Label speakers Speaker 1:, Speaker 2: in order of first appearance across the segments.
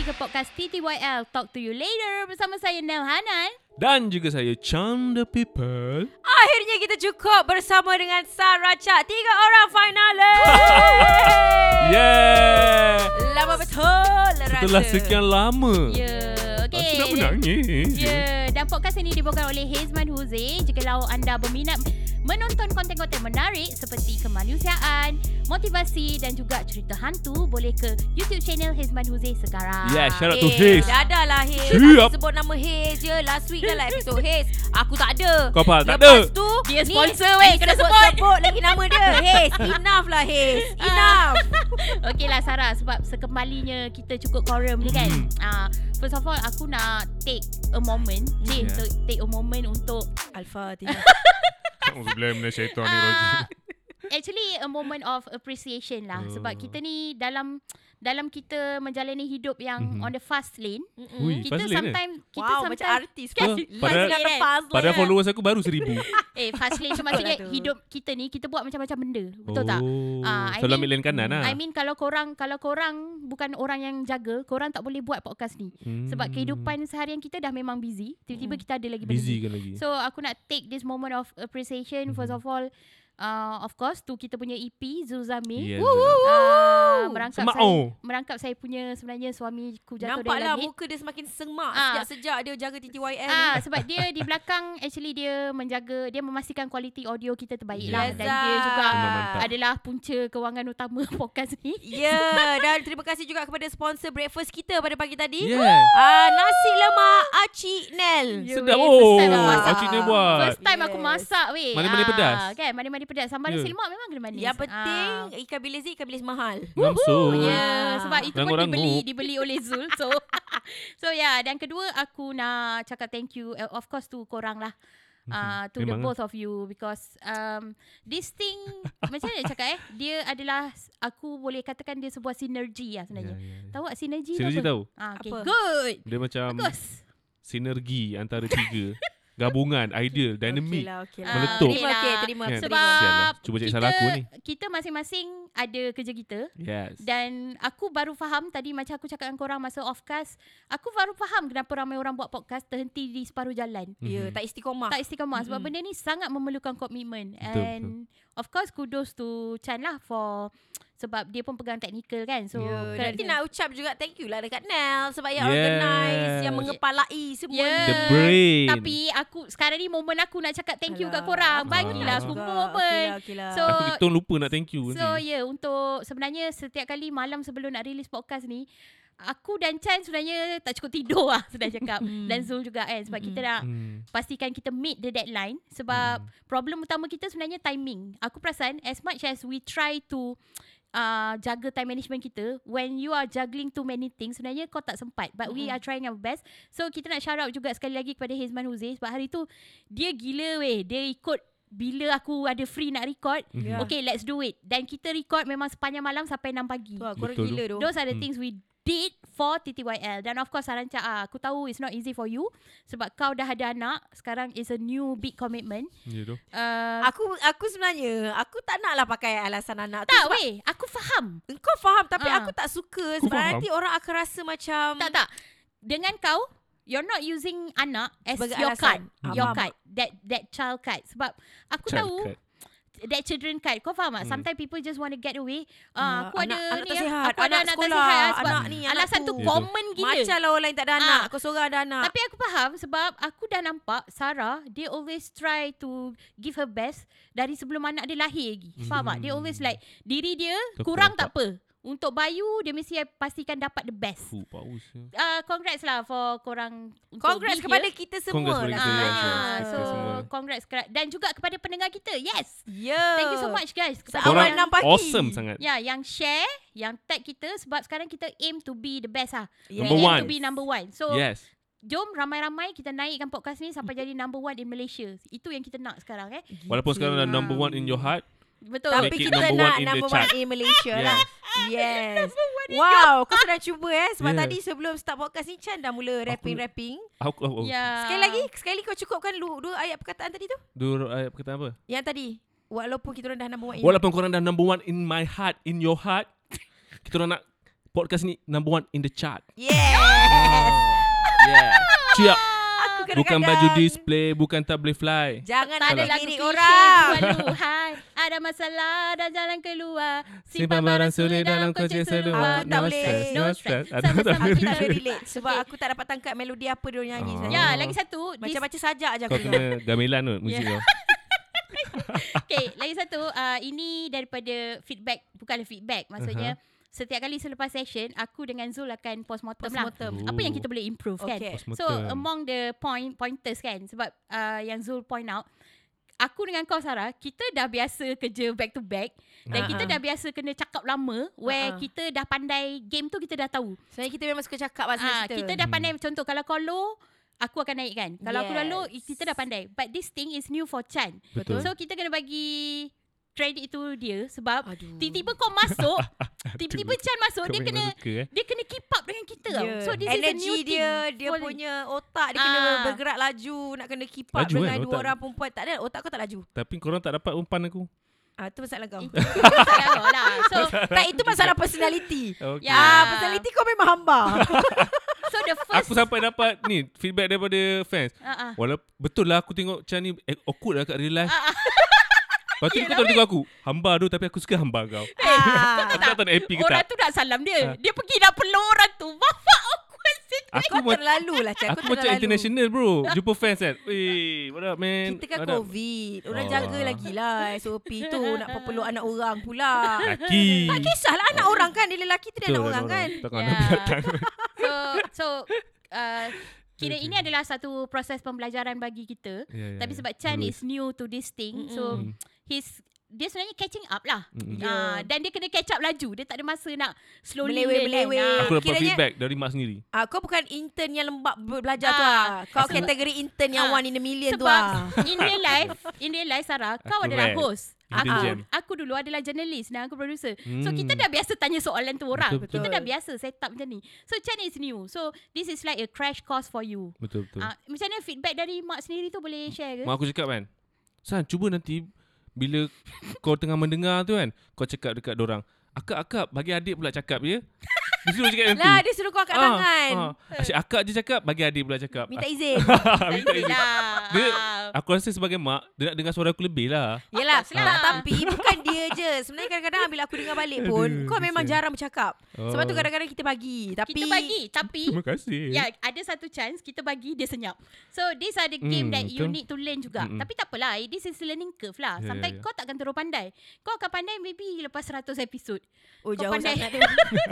Speaker 1: ke podcast TTYL. Talk to you later bersama saya Nel Hanan.
Speaker 2: Dan juga saya Cham the People.
Speaker 3: Akhirnya kita cukup bersama dengan Saracak. Tiga orang finalis.
Speaker 2: Yeah!
Speaker 3: Lama betul rasa.
Speaker 2: Setelah lah, sekian lama.
Speaker 1: Ya, yeah,
Speaker 2: Aku
Speaker 1: okey.
Speaker 2: nak menangis.
Speaker 1: Ya, yeah, dan podcast ini dibawakan oleh Hazman Huzi. Jikalau anda berminat menonton konten-konten menarik seperti kemanusiaan, motivasi dan juga cerita hantu, boleh ke YouTube channel Hazman Huzi sekarang.
Speaker 2: Yeah, shout out to
Speaker 3: Hey,
Speaker 2: Haze.
Speaker 3: dadah Eh, lah Haze.
Speaker 2: Siap.
Speaker 3: Aku sebut nama Haze je. Last week dah lah episod Haze. Aku tak ada.
Speaker 2: Kau
Speaker 1: Ya,
Speaker 2: apa? Tak ada.
Speaker 3: Lepas tu
Speaker 1: Dia
Speaker 3: ni,
Speaker 1: sponsor, weh.
Speaker 3: ni
Speaker 1: Kena sebut.
Speaker 3: Sebut lagi nama dia Haze Enough lah Haze
Speaker 1: Ah.
Speaker 3: Enough
Speaker 1: Okeylah Sarah sebab sekembalinya kita cukup korum ni kan.
Speaker 2: Mhm.
Speaker 1: Ah, first of all aku nak take a moment, take,
Speaker 2: Yeah.
Speaker 1: to- take a moment untuk
Speaker 3: Al-Fatihah
Speaker 2: Alhamdulillah minasyaitan
Speaker 1: Ah, actually a moment of appreciation lah
Speaker 2: Oh.
Speaker 1: sebab kita ni dalam dalam kita menjalani hidup
Speaker 2: Mhm.
Speaker 1: yang on the fast lane,
Speaker 2: Ui,
Speaker 1: kita
Speaker 2: fast lane eh?
Speaker 1: sometimes kita
Speaker 3: Wow macam
Speaker 1: sometimes
Speaker 3: artis
Speaker 2: Kan? Padahal-
Speaker 3: Fazlin ada Fazlin.
Speaker 1: kan?
Speaker 2: Padahal followers aku baru seribu.
Speaker 1: eh fast lane tu maksudnya
Speaker 3: Aduh.
Speaker 1: hidup kita ni kita buat macam-macam benda. Betul
Speaker 2: oh.
Speaker 1: tak? Ah,
Speaker 2: Selalu
Speaker 1: I mean-
Speaker 2: ambil lane kanan lah.
Speaker 1: I mean kalau korang kalau korang bukan orang yang jaga, korang tak boleh buat podcast ni.
Speaker 2: Hmm.
Speaker 1: Sebab kehidupan seharian kita dah memang busy. Tiba-tiba kita ada lagi benda ni.
Speaker 2: Busy kan lagi.
Speaker 1: So aku nak take this moment of
Speaker 2: Hmm.
Speaker 1: appreciation first of all uh, of course to kita punya E EP Zuzami.
Speaker 2: Yes. Woo,
Speaker 1: Uh, merangkap
Speaker 2: Semak
Speaker 1: saya
Speaker 2: oh.
Speaker 1: merangkap saya punya sebenarnya suamiku jatuh dari
Speaker 2: lah
Speaker 3: Nampaklah
Speaker 1: langit.
Speaker 3: lah, muka dia semakin semak
Speaker 1: Ah.
Speaker 3: Sejak-sejak dia jaga TTYL ni.
Speaker 1: Ah sebab dia di belakang actually dia menjaga dia memastikan kualiti audio kita terbaik lah
Speaker 2: Yes,
Speaker 1: dan dia
Speaker 3: ah.
Speaker 1: juga
Speaker 2: Memang mantap.
Speaker 1: adalah punca kewangan utama podcast ni.
Speaker 3: Ya, yeah, dan terima kasih juga kepada sponsor breakfast kita pada pagi tadi.
Speaker 2: Yeah.
Speaker 3: Ah, nasi lemak Aci Nel.
Speaker 1: Ya,
Speaker 2: Sedap
Speaker 1: weh,
Speaker 2: oh.
Speaker 1: first time aku masak.
Speaker 2: Acik dia buat.
Speaker 1: First time aku
Speaker 3: Yes.
Speaker 1: masak weh.
Speaker 2: Manis-manis
Speaker 1: Ah,
Speaker 2: pedas.
Speaker 1: Kan manis-manis pedas. Sambal
Speaker 2: Ya.
Speaker 1: nasi lemak memang kena manis.
Speaker 3: Yang penting Ah.
Speaker 1: Ah.
Speaker 3: ikan bilis ni ikan bilis mahal.
Speaker 2: Namso.
Speaker 1: Oh, ya,
Speaker 3: Yeah.
Speaker 1: yeah, sebab itu
Speaker 2: Dan
Speaker 1: pun
Speaker 2: orang
Speaker 1: dibeli
Speaker 2: nguk.
Speaker 1: dibeli oleh Zul. So so ya, yeah. dan kedua aku nak cakap thank you uh, of course to korang lah. Uh, to the
Speaker 2: Memang lah.
Speaker 1: both of you because um, this thing macam mana nak cakap eh dia adalah aku boleh katakan dia sebuah sinergi
Speaker 2: Ya,
Speaker 1: lah sebenarnya.
Speaker 2: ya, ya.
Speaker 1: Tahu tak sinergi, tu
Speaker 2: Sinergi Um,
Speaker 1: apa?
Speaker 2: tahu?
Speaker 1: Ah, okay.
Speaker 3: Apa?
Speaker 1: Good.
Speaker 2: Dia macam
Speaker 1: Bagus.
Speaker 2: sinergi antara tiga. Gabungan, ideal, dynamic.
Speaker 3: Okey lah, okey lah.
Speaker 1: Ah,
Speaker 2: Meletup.
Speaker 3: Terima,
Speaker 1: okey lah.
Speaker 3: okay, terima.
Speaker 2: Kan?
Speaker 3: terima.
Speaker 1: Sebab
Speaker 2: Sial lah. Cuba cari
Speaker 1: kita,
Speaker 2: salah aku ni.
Speaker 1: Kita masing-masing ada kerja kita.
Speaker 2: Yes.
Speaker 1: Dan aku baru faham tadi macam aku cakap dengan korang masa offcast. Aku baru faham kenapa ramai orang buat podcast terhenti di separuh jalan.
Speaker 3: Ya,
Speaker 2: Mhm.
Speaker 3: tak istiqomah.
Speaker 1: Tak istiqamah sebab
Speaker 3: Mm-mm.
Speaker 1: benda ni sangat memerlukan komitmen.
Speaker 2: Ah. Betul,
Speaker 1: And of course kudos to Chan lah for sebab dia pun pegang teknikal kan. So
Speaker 3: Ya,
Speaker 1: kerana-
Speaker 3: nanti nak ucap juga thank you lah dekat Nel sebab yang
Speaker 2: Yes.
Speaker 3: organise, yang mengepalai semua
Speaker 1: Yeah.
Speaker 2: The
Speaker 3: ni.
Speaker 2: brain.
Speaker 1: Eh, tapi aku sekarang ni momen aku nak cakap thank you
Speaker 2: Ah.
Speaker 1: kat
Speaker 3: Alah,
Speaker 1: korang.
Speaker 3: aku
Speaker 1: Bagilah
Speaker 2: nak
Speaker 1: aku
Speaker 3: juga.
Speaker 1: momen.
Speaker 3: Okey lah, okey lah.
Speaker 1: So
Speaker 2: Aku kita orang lupa nak thank you.
Speaker 1: So
Speaker 2: nanti.
Speaker 1: ya yeah, untuk sebenarnya setiap kali malam sebelum nak release podcast ni Aku dan Chan sebenarnya tak cukup tidur lah Sudah cakap Dan Zul juga kan Sebab kita nak
Speaker 2: Hmm.
Speaker 1: pastikan kita meet the deadline Sebab problem utama kita sebenarnya timing Aku perasan as much as we try to uh, jaga time management kita When you are juggling too many things Sebenarnya kau tak sempat But we are trying our best So kita nak shout out juga sekali lagi kepada Hezman Huzi Sebab hari tu dia gila weh Dia ikut bila aku ada free nak record
Speaker 2: hmm. Ah.
Speaker 3: Ya.
Speaker 1: Okay let's do it Dan kita record memang sepanjang malam Sampai 6 pagi
Speaker 3: Tu lah, korang
Speaker 2: Betul tu.
Speaker 3: gila tu.
Speaker 1: Those are the
Speaker 2: Hmm.
Speaker 1: things we did For TTYL Dan of course Saranca ah, Aku tahu it's not easy for you Sebab kau dah ada anak Sekarang is a new big commitment
Speaker 2: Ya tu.
Speaker 1: uh,
Speaker 3: Aku aku sebenarnya aku tak naklah pakai alasan anak tu
Speaker 1: Ah, Tak
Speaker 3: sebab
Speaker 1: weh Aku faham
Speaker 3: Engkau faham tapi
Speaker 1: Ah.
Speaker 3: aku tak suka
Speaker 2: Aku
Speaker 3: sebab
Speaker 2: faham.
Speaker 3: nanti orang akan rasa macam
Speaker 1: Tak tak Dengan kau You're not using anak As
Speaker 3: Sebagai
Speaker 1: your
Speaker 3: alasan.
Speaker 1: card
Speaker 3: Ah,
Speaker 1: Your
Speaker 3: faham.
Speaker 1: card That that child card Sebab Aku
Speaker 2: Child
Speaker 1: tahu
Speaker 2: cut.
Speaker 1: That children card Kau faham tak
Speaker 2: Hmm.
Speaker 1: Sometimes people just want to get away uh,
Speaker 3: Ah,
Speaker 1: Aku ada
Speaker 3: anak, anak
Speaker 1: ni
Speaker 3: tak
Speaker 1: ah,
Speaker 3: sihat,
Speaker 1: Aku ada anak tak
Speaker 3: sekolah,
Speaker 1: sihat ah, Sebab
Speaker 3: anak ni, anak
Speaker 1: alasan tu
Speaker 3: tu.
Speaker 2: Ya tu.
Speaker 1: common gila
Speaker 3: Macam lah orang lain tak ada
Speaker 1: Ah.
Speaker 3: anak, kau seorang ada
Speaker 2: Ha.
Speaker 3: anak.
Speaker 1: Tapi aku faham sebab aku dah nampak Sarah dia always try to give her best dari sebelum anak dia lahir lagi. Faham tak? Dia always
Speaker 2: Hmm.
Speaker 1: like diri dia
Speaker 2: Betul,
Speaker 1: kurang tak
Speaker 2: nampak.
Speaker 1: apa. Untuk Bayu dia mesti pastikan dapat the best.
Speaker 2: Fuh, paus. ya.
Speaker 1: Uh, congrats lah for korang untuk
Speaker 3: Congrats
Speaker 1: be
Speaker 3: kepada
Speaker 1: here.
Speaker 3: kita
Speaker 2: Congrats
Speaker 3: semua
Speaker 2: kepada
Speaker 3: lah.
Speaker 2: kita, yes,
Speaker 1: Ah,
Speaker 2: yes,
Speaker 1: so
Speaker 2: kita semua.
Speaker 1: congrats kera- dan juga kepada pendengar kita. Yes.
Speaker 3: Yeah.
Speaker 1: Thank you so much guys. Kepada
Speaker 3: Awal
Speaker 2: Korang
Speaker 1: yang-
Speaker 3: enam pagi.
Speaker 2: awesome sangat.
Speaker 1: Ya, yang share, yang tag kita sebab sekarang kita aim to be the best lah.
Speaker 3: Yes.
Speaker 2: Number
Speaker 1: aim
Speaker 2: one.
Speaker 1: to be number one. So,
Speaker 2: Yes.
Speaker 1: Jom ramai-ramai kita naikkan podcast ni sampai jadi number one in Malaysia. Itu yang kita nak sekarang eh.
Speaker 2: Walaupun sekarang dah number one in your heart.
Speaker 1: Betul.
Speaker 3: Tapi
Speaker 2: Make it
Speaker 3: kita
Speaker 2: number
Speaker 3: nak
Speaker 2: one in the
Speaker 3: number one
Speaker 2: chart.
Speaker 3: in Malaysia
Speaker 2: Yes.
Speaker 3: lah. Yes. Wow, kau sedang cuba eh. Sebab
Speaker 2: Yeah.
Speaker 3: tadi sebelum start podcast ni, Chan dah mula rapping-rapping.
Speaker 2: Aku, oh, oh. Yeah.
Speaker 1: ya.
Speaker 3: Sekali lagi, sekali lagi kau cukupkan lu- dua ayat perkataan tadi tu.
Speaker 2: Dua ayat perkataan apa?
Speaker 1: Ya.
Speaker 3: Yang tadi. Walaupun kita orang dah number one in
Speaker 2: Walaupun korang dah number one in my heart, in your heart. kita orang nak podcast ni number one in the chart.
Speaker 1: Ah.
Speaker 3: Yes.
Speaker 2: Yeah. Siap.
Speaker 3: Aku
Speaker 2: Bukan
Speaker 3: kadang-kadang.
Speaker 2: baju display, bukan tak boleh fly.
Speaker 3: Jangan
Speaker 1: Tak ada
Speaker 3: ada
Speaker 1: lagu
Speaker 3: lirik
Speaker 1: klise
Speaker 3: orang.
Speaker 1: keluhan. Ada masalah dan jalan keluar.
Speaker 2: Simpan barang sulit dalam kunci seluar.
Speaker 3: Aku tak
Speaker 2: No
Speaker 3: boleh.
Speaker 2: stress, no
Speaker 1: No
Speaker 2: stress.
Speaker 1: stress.
Speaker 2: Ada tak
Speaker 1: Sama-sama
Speaker 3: Aku
Speaker 2: boleh.
Speaker 3: tak boleh
Speaker 1: lirik.
Speaker 3: relate sebab
Speaker 1: Okay.
Speaker 3: aku tak dapat tangkap melodi apa dia orang nyanyi
Speaker 2: Ah.
Speaker 3: sebenarnya.
Speaker 1: Ya, lagi satu.
Speaker 3: Macam
Speaker 1: Macam
Speaker 3: baca sajak je aku
Speaker 2: Kau
Speaker 3: dengar.
Speaker 2: kena gamelan tu muzik
Speaker 1: Ya.
Speaker 2: kau.
Speaker 1: Okay, lagi satu. Uh, ini daripada feedback. Bukanlah feedback. Maksudnya, setiap kali selepas session, aku dengan Zul akan post-mortem lah.
Speaker 3: Postmortem.
Speaker 2: Oh.
Speaker 1: Apa yang kita boleh improve kan?
Speaker 3: Okay.
Speaker 1: So among the point pointers kan sebab uh, yang Zul point out aku dengan kau Sarah kita dah biasa kerja back to back dan
Speaker 2: Ah,
Speaker 1: kita
Speaker 3: ah.
Speaker 1: dah biasa kena cakap lama where
Speaker 3: Ah, ah.
Speaker 1: kita dah pandai game tu kita dah tahu.
Speaker 3: Sebenarnya kita memang suka cakap pasal
Speaker 1: Ah
Speaker 3: cerita.
Speaker 1: kita dah pandai contoh kalau kau low aku akan naik kan. Kalau aku dah low
Speaker 3: Yes.
Speaker 1: kita dah pandai but this thing is new for Chan.
Speaker 2: Betul.
Speaker 1: So kita kena bagi credit tu dia sebab
Speaker 3: Aduh.
Speaker 1: tiba-tiba kau masuk tiba-tiba Chan masuk
Speaker 2: Kau
Speaker 1: dia
Speaker 2: memang
Speaker 1: kena
Speaker 2: suka, eh?
Speaker 1: dia kena keep up dengan kita tau.
Speaker 3: Yeah.
Speaker 1: So this
Speaker 3: Ya.
Speaker 1: is
Speaker 3: Energy
Speaker 1: a new thing.
Speaker 3: dia, dia
Speaker 1: for-
Speaker 3: punya otak dia kena
Speaker 1: Ah.
Speaker 3: bergerak laju, nak kena keep up
Speaker 2: Laju,
Speaker 3: dengan
Speaker 2: kan,
Speaker 3: dua
Speaker 2: otak.
Speaker 3: orang perempuan. Tak ada otak kau tak laju.
Speaker 2: Tapi korang tak dapat umpan aku.
Speaker 3: Ah tu masalah kau.
Speaker 1: Itu masalah kau lah. So,
Speaker 3: tak itu masalah personality.
Speaker 2: Okay.
Speaker 1: Ya.
Speaker 3: Ah personality kau memang hamba.
Speaker 1: so the first
Speaker 2: Aku sampai dapat ni feedback daripada fans.
Speaker 1: Ah, ah.
Speaker 2: Walaupun betul lah aku tengok Chan ni eh, awkward lah kat real life.
Speaker 1: Ah, Ya,
Speaker 2: Lepas tu kau tak tengok aku. Hamba tu tapi aku suka hamba kau.
Speaker 3: Ah.
Speaker 2: Aku tak tahu nak happy ke
Speaker 1: Orang
Speaker 2: tak.
Speaker 1: tu nak salam dia
Speaker 2: Ah.
Speaker 1: Dia pergi nak peluk orang tu Bapak awkward sih
Speaker 2: Aku
Speaker 3: Kau
Speaker 2: ma-
Speaker 3: terlalu lah Chan.
Speaker 2: aku
Speaker 3: Kau
Speaker 2: macam
Speaker 3: terlalu.
Speaker 2: international bro. Jumpa fans kan. Wey, what up man?
Speaker 3: Kita kan
Speaker 2: What up?
Speaker 3: COVID. Orang
Speaker 2: Oh.
Speaker 3: jaga lagi lah SOP tu. Nak perpeluk anak orang pula.
Speaker 2: Laki.
Speaker 3: Tak kisahlah anak orang kan. Dia lelaki tu dia
Speaker 2: Betul,
Speaker 3: anak orang kan.
Speaker 2: Tak kena
Speaker 1: Ya.
Speaker 2: binatang.
Speaker 1: So So uh, Kira ini adalah satu proses pembelajaran bagi kita
Speaker 2: Ya, ya,
Speaker 1: Tapi
Speaker 2: ya.
Speaker 1: sebab Chan
Speaker 2: Always.
Speaker 1: is new to this thing So
Speaker 2: Mm.
Speaker 1: He's Dia sebenarnya catching up lah
Speaker 2: Mm-mm.
Speaker 1: Ah,
Speaker 3: Yeah.
Speaker 1: Dan dia kena catch up laju Dia tak ada masa nak Slowly learn
Speaker 3: Meleweh-meleweh.
Speaker 1: kan.
Speaker 2: Aku dapat
Speaker 3: Kiranya-
Speaker 2: feedback dari mak sendiri.
Speaker 3: Ah, kau bukan intern yang lembab ber- belajar tu
Speaker 1: Ah,
Speaker 3: ah. Kau
Speaker 1: sebab-
Speaker 3: kategori intern yang
Speaker 1: ah,
Speaker 3: one in a million tu
Speaker 1: Sebab
Speaker 3: ah.
Speaker 1: in real life, in real life Sarah, kau
Speaker 2: Correct.
Speaker 1: adalah host. Aku,
Speaker 2: Intern jam.
Speaker 1: aku dulu adalah jurnalis dan aku producer. So
Speaker 2: Hmm.
Speaker 1: kita dah biasa tanya soalan tu orang.
Speaker 2: Betul,
Speaker 1: Kita
Speaker 3: betul.
Speaker 1: dah biasa set up macam ni. So Chan is new. So this is like a crash course for you.
Speaker 2: Betul betul.
Speaker 1: Uh, macam mana feedback dari mak sendiri tu boleh
Speaker 3: Eh?
Speaker 1: share ke?
Speaker 2: Mak aku cakap kan San cuba nanti Bila kau tengah mendengar tu kan Kau cakap dekat dorang Akak-akak bagi adik pula cakap ya Dia suruh cakap macam tu
Speaker 3: Lah dia suruh kau angkat
Speaker 2: Ah,
Speaker 3: tangan.
Speaker 2: ah. Asyik akak je cakap Bagi adik pula cakap
Speaker 3: Minta izin.
Speaker 2: Ah, minta izin.
Speaker 1: Lah.
Speaker 2: Dia-
Speaker 1: Ah.
Speaker 2: Aku rasa sebagai mak Dia nak dengar suara aku lebih lah
Speaker 3: Yelah,
Speaker 1: course lah.
Speaker 3: tak, tapi bukan dia je. Sebenarnya kadang-kadang bila aku dengar balik pun,
Speaker 2: Aduh,
Speaker 3: kau memang
Speaker 2: kesian.
Speaker 3: jarang bercakap. Sebab tu
Speaker 2: Oh.
Speaker 3: kadang-kadang kita bagi. Tapi
Speaker 1: Kita bagi tapi
Speaker 2: Terima kasih
Speaker 1: Ya, ada satu chance kita bagi dia senyap. So these are the
Speaker 2: Mm,
Speaker 1: game that you
Speaker 2: betul.
Speaker 1: need to learn juga.
Speaker 2: Mm-mm.
Speaker 1: Tapi tak apalah, eh, this is learning curve lah.
Speaker 2: Ya, ya,
Speaker 1: Sometimes
Speaker 2: ya.
Speaker 1: kau takkan terus pandai. Kau akan pandai maybe lepas 100 episod. kau
Speaker 3: oh jauh
Speaker 1: pandai.
Speaker 3: sangat tu.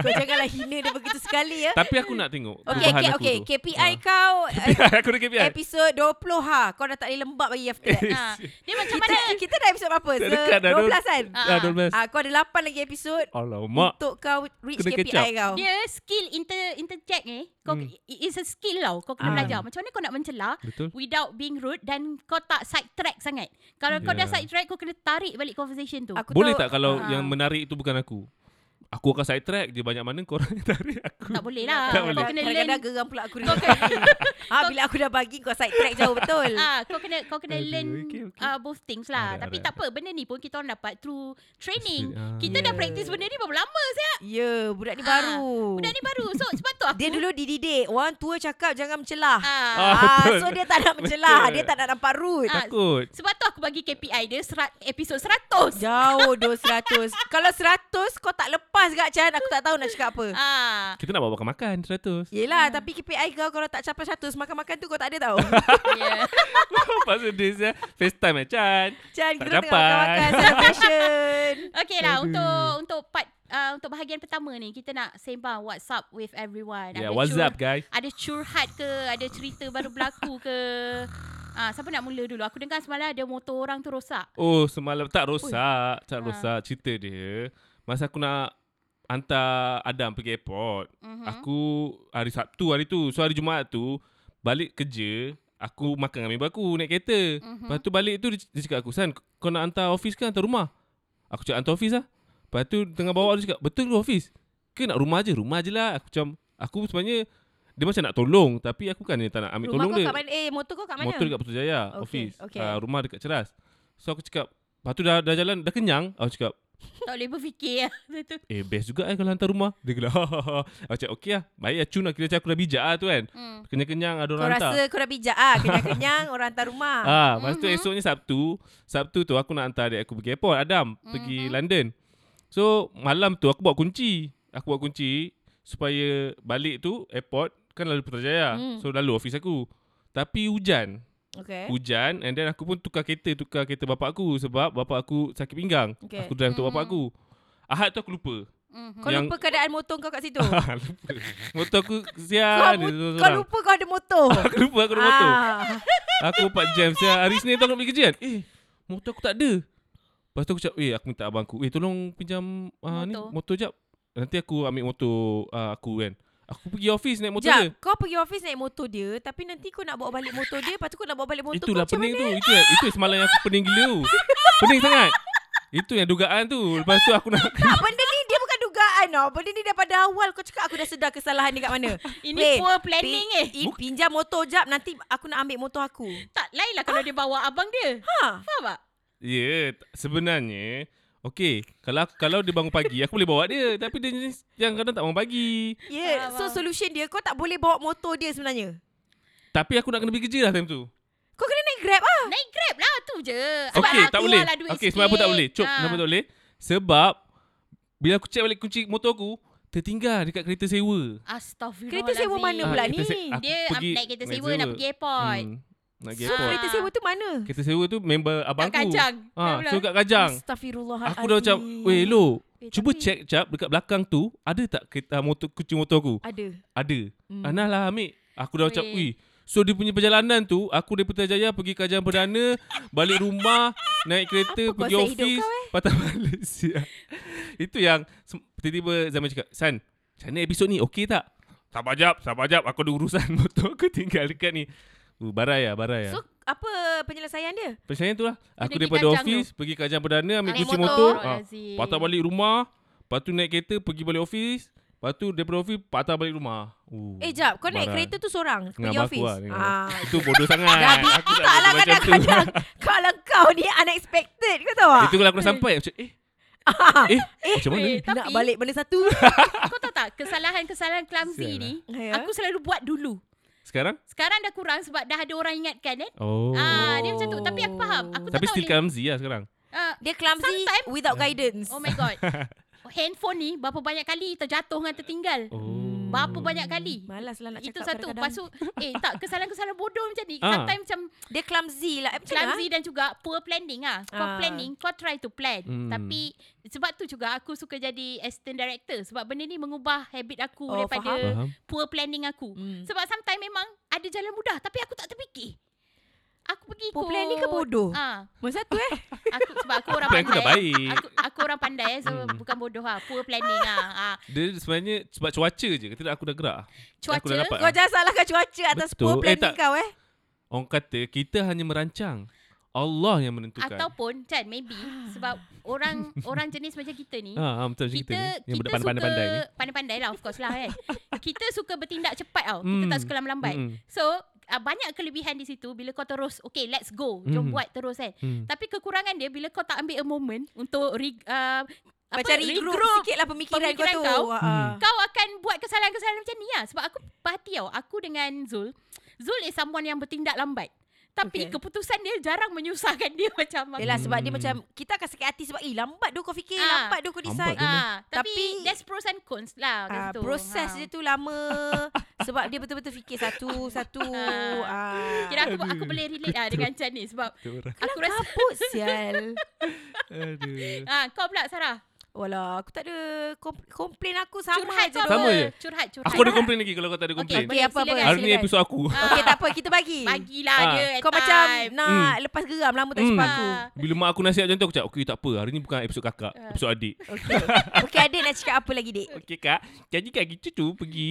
Speaker 3: Kau janganlah hina dia begitu sekali ya.
Speaker 2: Tapi aku nak tengok
Speaker 3: Okey,
Speaker 2: perubahan
Speaker 3: okay,
Speaker 2: aku
Speaker 3: okay.
Speaker 2: tu.
Speaker 3: KPI
Speaker 2: Ah.
Speaker 3: kau eh,
Speaker 2: KPI Aku ada KPI
Speaker 3: episod 20 ha. Kau dah tak boleh lembab lagi after that.
Speaker 1: ha. Dia macam
Speaker 3: Kita,
Speaker 1: mana?
Speaker 3: kita dah episod berapa?
Speaker 2: Dah
Speaker 3: Se-
Speaker 2: dekat dah,
Speaker 3: 12 kan?
Speaker 2: Ah, 12
Speaker 3: Ah, kau ada 8 lagi episod
Speaker 2: Alamak
Speaker 3: untuk kau reach
Speaker 2: Kena catch
Speaker 3: KPI kau.
Speaker 1: Dia skill inter interject eh. Kau
Speaker 2: Hmm.
Speaker 1: it is a skill tau. Kau kena
Speaker 3: Ah.
Speaker 1: belajar macam mana kau nak mencela
Speaker 2: Betul
Speaker 1: without being rude dan kau tak side track sangat. Kalau kau dah
Speaker 2: Yeah.
Speaker 1: side track kau kena tarik balik conversation tu.
Speaker 3: Aku
Speaker 2: Boleh
Speaker 3: tahu-
Speaker 2: tak kalau
Speaker 3: Ah.
Speaker 2: yang menarik tu bukan aku Aku akan side track je Banyak mana korang yang tarik aku
Speaker 1: tak boleh lah.
Speaker 2: Tak
Speaker 1: kau
Speaker 2: boleh.
Speaker 1: kena learn
Speaker 3: Kadang-kadang geram pula aku dengar. ha, bila aku dah bagi kau side track jauh betul.
Speaker 1: Ah, kau kena kau kena
Speaker 2: Aduh,
Speaker 1: learn
Speaker 2: okey, okey.
Speaker 1: Uh, both things lah.
Speaker 2: Alright,
Speaker 1: Tapi
Speaker 2: alright.
Speaker 1: tak apa, benda ni pun kita orang dapat through training.
Speaker 2: Experience, ah.
Speaker 1: Kita dah practice benda ni berapa lama saya?
Speaker 3: Ya, yeah, budak ni baru.
Speaker 1: Benda Ah, ni baru. So sebab tu aku
Speaker 3: Dia dulu dididik. Orang tua cakap jangan mencelah.
Speaker 1: ah,
Speaker 2: Ah,
Speaker 3: Ah,
Speaker 2: betul.
Speaker 3: so dia tak nak mencelah.
Speaker 2: Betul.
Speaker 3: Dia tak nak nampak rude.
Speaker 1: Ah.
Speaker 2: Takut
Speaker 1: sebab tu aku bagi KPI dia serat, episod 100.
Speaker 2: Ya.
Speaker 3: Jauh dua seratus. Kalau seratus kau tak lepas kat Chan, aku tak tahu nak cakap apa.
Speaker 1: Ah. Hmm.
Speaker 2: Kita nak bawa makan-makan 100
Speaker 3: Yelah, tapi KPI kau kalau tak capai seratus, makan-makan tu kau tak ada tau.
Speaker 1: Yeah.
Speaker 2: Pasal dia saya FaceTime eh Chan
Speaker 3: Chan,
Speaker 2: Tak
Speaker 3: kita tengah
Speaker 2: dapat.
Speaker 3: makan-makan. Celebration.
Speaker 1: Okay lah untuk untuk part uh, untuk bahagian pertama ni kita nak sembang WhatsApp with everyone.
Speaker 2: Ya yeah,
Speaker 1: Ada
Speaker 2: what's
Speaker 1: cur-
Speaker 2: up guys
Speaker 1: Ada curhat ke, ada cerita baru berlaku ke. Ah, siapa nak mula dulu? Aku dengar semalam ada motor orang tu rosak.
Speaker 2: Oh semalam tak rosak Tak
Speaker 1: Ha.
Speaker 2: rosak Cerita dia Masa aku nak Hantar Adam pergi airport
Speaker 1: Mhm.
Speaker 2: Aku Hari Sabtu hari tu So hari Jumaat tu Balik kerja Aku makan dengan member aku Naik kereta
Speaker 1: Mhm.
Speaker 2: Lepas tu balik tu Dia, dia cakap aku San kau nak hantar office ke Hantar rumah Aku cakap hantar office lah Lepas tu tengah bawa Dia cakap betul ke office Ke nak rumah je Rumah je lah Aku macam Aku sebenarnya Dia macam nak tolong Tapi aku kan tak nak ambil
Speaker 3: Rumah
Speaker 2: tolong
Speaker 3: kau
Speaker 2: dia
Speaker 3: kat mana? Eh, motor kau kat mana?
Speaker 2: Motor dekat Putrajaya
Speaker 3: Okey,
Speaker 2: okay, Office Ah,
Speaker 3: okey.
Speaker 2: okay. Uh, Rumah dekat Ceras So aku cakap Lepas tu dah, dah jalan Dah kenyang Aku cakap
Speaker 1: Tak boleh berfikir lah. Macam tu.
Speaker 2: Eh best juga eh kalau hantar rumah Dia kena Macam okey lah Baik lah cun lah Kira macam aku dah bijak lah tu kan
Speaker 1: Hmm.
Speaker 2: Kenyang-kenyang ada
Speaker 3: Kau
Speaker 2: orang hantar
Speaker 3: rasa Mm-hmm. kau dah bijak ah, kenyang-kenyang orang hantar rumah.
Speaker 2: Ah, lepas tu esoknya Sabtu, Sabtu tu aku nak hantar adik aku pergi airport, Adam pergi
Speaker 3: Mm-hmm.
Speaker 2: London. So, malam tu aku buat kunci. Aku buat kunci supaya balik tu airport kan lalu Putrajaya.
Speaker 3: Mm.
Speaker 1: Hmm.
Speaker 2: So, lalu office aku. Tapi hujan.
Speaker 3: Okay.
Speaker 2: Hujan and then aku pun tukar kereta, tukar kereta bapak aku sebab bapak aku sakit pinggang.
Speaker 3: Okay. Mm-hmm.
Speaker 2: Aku drive untuk
Speaker 1: Hmm.
Speaker 2: bapak aku. Ahad tu aku lupa.
Speaker 1: Mhm.
Speaker 3: Kau
Speaker 2: Yang-
Speaker 3: lupa keadaan motor kau kat situ.
Speaker 2: lupa. Motor aku
Speaker 3: Kau,
Speaker 2: sian. dia
Speaker 3: mu- kau
Speaker 2: sorang-sorang.
Speaker 3: lupa Ah. kau ada motor.
Speaker 2: Aku lupa aku ada motor. Aku dapat jam saya hari Senin tu aku nak pergi kerja kan. Eh, motor aku tak ada. Lepas tu aku cakap, eh aku minta abang aku, eh tolong pinjam uh, ni
Speaker 1: Motor.
Speaker 2: motor jap. Nanti aku ambil motor uh, aku kan. Aku pergi office naik motor
Speaker 3: Jap,
Speaker 2: dia.
Speaker 3: kau pergi office naik motor dia tapi nanti kau nak bawa balik motor dia, lepas tu kau nak bawa balik motor
Speaker 2: Itulah
Speaker 3: kau macam
Speaker 2: pening
Speaker 3: mana?
Speaker 2: tu. Itu itu semalam yang aku pening gila tu. Pening sangat. Itu yang dugaan tu. Lepas tu aku nak
Speaker 3: Tak, benda ni dia bukan dugaan tau. Benda ni daripada awal kau cakap aku dah sedar kesalahan ni kat mana.
Speaker 1: Ini
Speaker 3: Weh,
Speaker 1: poor planning eh.
Speaker 3: Pi- pinjam motor jap nanti aku nak ambil motor aku.
Speaker 1: Tak lain lah kalau dia bawa abang dia.
Speaker 3: Ha.
Speaker 1: Faham tak?
Speaker 2: Ya, yeah, t- sebenarnya Okey, kalau kalau dia bangun pagi aku boleh bawa dia, tapi dia jenis yang kadang tak bangun pagi.
Speaker 3: Ya, yeah.
Speaker 1: Faham,
Speaker 3: so
Speaker 1: faham.
Speaker 3: solution dia kau tak boleh bawa motor dia sebenarnya.
Speaker 2: Tapi aku nak kena pergi kerja lah time tu.
Speaker 3: Kau kena naik Grab ah.
Speaker 1: Naik Grab lah tu je. Sebab
Speaker 2: Okey,
Speaker 1: lah
Speaker 2: tak
Speaker 1: keluar
Speaker 2: boleh.
Speaker 1: Lah duit
Speaker 2: Okey, sebab apa tak
Speaker 1: sikit.
Speaker 2: boleh? Cop,
Speaker 1: Ah.
Speaker 2: kenapa tak boleh? Sebab bila aku check balik kunci motor aku, tertinggal dekat kereta sewa.
Speaker 1: Astaghfirullahalazim.
Speaker 3: Kereta sewa mana
Speaker 2: Ah,
Speaker 3: pula
Speaker 2: kereta
Speaker 3: ni?
Speaker 2: se- aku
Speaker 1: Dia
Speaker 2: pergi-
Speaker 1: naik kereta sewa nak pergi airport. Ah.
Speaker 2: Hmm, nak pergi
Speaker 3: So
Speaker 2: airport.
Speaker 3: kereta sewa tu mana?
Speaker 2: Kereta sewa tu member abang
Speaker 1: Kat
Speaker 2: aku.
Speaker 1: Kajang.
Speaker 2: Ha,
Speaker 1: Dah
Speaker 2: so kat Kajang.
Speaker 3: Astaghfirullahalazim.
Speaker 2: Aku dah macam, "Weh, lo,
Speaker 1: Eh,
Speaker 2: cuba
Speaker 1: tapi-
Speaker 2: check cap dekat belakang tu, ada tak kereta motor kunci motor aku?"
Speaker 3: Ada.
Speaker 2: Ada.
Speaker 3: Hmm.
Speaker 2: Ana lah ambil. Aku dah macam,
Speaker 1: Weh.
Speaker 2: "Ui." So dia punya perjalanan tu, aku dari Putrajaya pergi Kajang Perdana, balik rumah, naik kereta,
Speaker 3: Apa kau
Speaker 2: pergi
Speaker 3: sehidup
Speaker 2: office,
Speaker 3: kau, eh?"
Speaker 2: patah balik siap. Itu yang sem- tiba-tiba Zaman cakap, "San, macam mana episod ni? Okey tak?" Sabar jap, sabar jap. Aku ada urusan motor aku tinggal dekat ni. Uh, barai lah, barai lah.
Speaker 3: So
Speaker 2: So,
Speaker 3: apa penyelesaian dia?
Speaker 2: Percaya tu lah.
Speaker 1: dia
Speaker 2: Aku
Speaker 1: pergi
Speaker 2: daripada
Speaker 1: Kajang
Speaker 2: office, pergi Kajang Perdana, ambil
Speaker 3: Ambil
Speaker 2: kunci
Speaker 3: motor.
Speaker 2: motor. ah, patah balik rumah. Lepas tu naik kereta, pergi balik office. Lepas tu daripada office, patah balik rumah. Uh,
Speaker 3: Eh jap, kau naik
Speaker 2: barai.
Speaker 3: kereta tu seorang
Speaker 2: Dengan
Speaker 3: pergi
Speaker 2: abang Aku
Speaker 3: office.
Speaker 2: lah,
Speaker 3: Ah.
Speaker 2: ah. Itu bodoh sangat.
Speaker 3: Dah bi-
Speaker 2: aku
Speaker 3: tak lah
Speaker 2: boleh
Speaker 3: kadang-kadang Kalau kau ni unexpected Kau tahu tak
Speaker 2: Itu kalau aku dah sampai macam eh eh, macam mana ni?
Speaker 1: weh,
Speaker 3: Nak
Speaker 1: Tapi-
Speaker 3: balik benda satu
Speaker 1: Kau tahu tak kesalahan-kesalahan clumsy
Speaker 2: Sial
Speaker 1: ni
Speaker 3: Ya.
Speaker 1: aku selalu buat dulu.
Speaker 2: Sekarang?
Speaker 1: Sekarang dah kurang sebab dah ada orang ingatkan eh.
Speaker 2: Oh.
Speaker 1: Ah, dia macam tu. Tapi aku faham. Aku
Speaker 2: Tapi
Speaker 1: tak
Speaker 2: still
Speaker 1: tahu.
Speaker 2: clumsy lah sekarang.
Speaker 1: Uh,
Speaker 3: Dia clumsy
Speaker 1: Sometimes-
Speaker 3: without guidance
Speaker 1: oh my god. Handphone ni berapa banyak kali terjatuh dengan tertinggal?
Speaker 2: Oh.
Speaker 1: Berapa banyak kali?
Speaker 3: Malas lah nak cakap
Speaker 1: Itu satu.
Speaker 3: kadang-kadang.
Speaker 1: Lepas tu, eh tak, kesalahan-kesalahan bodoh macam ni.
Speaker 2: Ah.
Speaker 1: Sometimes macam
Speaker 3: Dia clumsy lah eh, macam mana,
Speaker 1: clumsy dan juga poor planning ah. Kau
Speaker 3: Ah.
Speaker 1: planning, kau try to plan.
Speaker 2: Hmm.
Speaker 1: Tapi sebab tu juga aku suka jadi assistant director sebab benda ni mengubah habit aku
Speaker 3: Oh,
Speaker 1: daripada
Speaker 3: faham.
Speaker 2: Faham.
Speaker 1: poor planning aku.
Speaker 3: Hmm.
Speaker 1: Sebab sometimes memang ada jalan mudah tapi aku tak terfikir. Aku pergi
Speaker 3: Poor
Speaker 1: ikut.
Speaker 3: planning ke bodoh?
Speaker 1: Ah,
Speaker 3: Nombor satu eh
Speaker 1: aku sebab aku orang
Speaker 2: Plan aku
Speaker 1: pandai.
Speaker 2: dah baik.
Speaker 1: Aku aku orang pandai eh, so
Speaker 2: Hmm.
Speaker 1: bukan bodoh ah. Poor planning ah. ah.
Speaker 2: Dia sebenarnya sebab cuaca je. Kata aku dah gerak.
Speaker 1: Cuaca
Speaker 2: Aku dah dapat.
Speaker 3: Kau jangan salahkan cuaca atas
Speaker 2: Betul.
Speaker 3: poor
Speaker 2: Eh,
Speaker 3: planning
Speaker 2: tak.
Speaker 3: kau eh
Speaker 2: Orang kata kita hanya merancang. Allah yang menentukan.
Speaker 1: ataupun Chan maybe
Speaker 3: Ah.
Speaker 1: sebab orang orang jenis macam kita ni
Speaker 2: ha, ha, macam kita, kita
Speaker 1: kita
Speaker 2: ni. Yang
Speaker 1: kita
Speaker 2: budak pandai-pandai ni.
Speaker 1: suka pandai-pandai lah of course lah eh. kita suka bertindak cepat tau. Kita
Speaker 2: Mm.
Speaker 1: tak suka lambat-lambat.
Speaker 2: Mm-mm.
Speaker 1: So uh, banyak kelebihan di situ bila kau terus okay let's go. Jom
Speaker 2: Mm.
Speaker 1: buat terus kan.
Speaker 2: Hmm.
Speaker 1: Tapi kekurangan dia bila kau tak ambil a moment untuk re, uh, apa,
Speaker 3: Macam regroup, sikit lah pemikiran,
Speaker 1: pemikiran
Speaker 3: kau tu
Speaker 1: kau.
Speaker 3: Ah,
Speaker 2: Hmm.
Speaker 1: kau akan buat kesalahan-kesalahan macam ni lah. Sebab aku perhati tau. Aku dengan Zul. Zul is someone yang bertindak lambat. Tapi
Speaker 3: Okay.
Speaker 1: okay. keputusan dia jarang menyusahkan dia macam
Speaker 3: Yelah sebab dia
Speaker 2: Hmm.
Speaker 3: macam Kita akan sakit hati sebab Eh lambat dulu kau fikir
Speaker 1: Ah.
Speaker 3: Lambat dulu kau
Speaker 2: Lambat.
Speaker 3: decide
Speaker 1: Ah, tapi, tapi
Speaker 3: Tapi-
Speaker 1: there's pros and cons lah kat
Speaker 3: Ah,
Speaker 1: situ.
Speaker 3: proses
Speaker 1: Ha.
Speaker 3: dia tu lama sebab dia betul-betul fikir satu-satu. ah.
Speaker 1: Ha. Kira aku aku boleh relate lah dengan Chan ni sebab
Speaker 2: Kita orang.
Speaker 1: aku rasa
Speaker 3: Kaput sial.
Speaker 2: Aduh.
Speaker 1: ah kau pula Sarah.
Speaker 3: Walah, aku tak ada kom- komplain aku sama
Speaker 1: Curhat
Speaker 3: je.
Speaker 1: kau
Speaker 2: Sama
Speaker 1: apa?
Speaker 2: je.
Speaker 1: Curhat Ah, curhat.
Speaker 2: Aku ada komplain lagi kalau kau tak ada komplain.
Speaker 3: Okey, apa apa.
Speaker 1: silakan,
Speaker 2: Hari ni
Speaker 3: silakan.
Speaker 2: episod aku.
Speaker 1: Ah,
Speaker 3: Okey, tak apa, kita bagi.
Speaker 1: Bagilah
Speaker 2: Ah.
Speaker 1: dia at
Speaker 3: Kau macam
Speaker 1: time.
Speaker 3: nak lepas geram lama tak
Speaker 2: Hmm.
Speaker 3: jumpa aku.
Speaker 1: Ah.
Speaker 2: Bila mak aku nasihat macam tu aku cakap okey tak apa hari ni bukan episod kakak episod adik.
Speaker 3: Okey. Okey, adik nak cakap apa lagi, Dik?
Speaker 2: Okey kak jadi kak gitu tu pergi.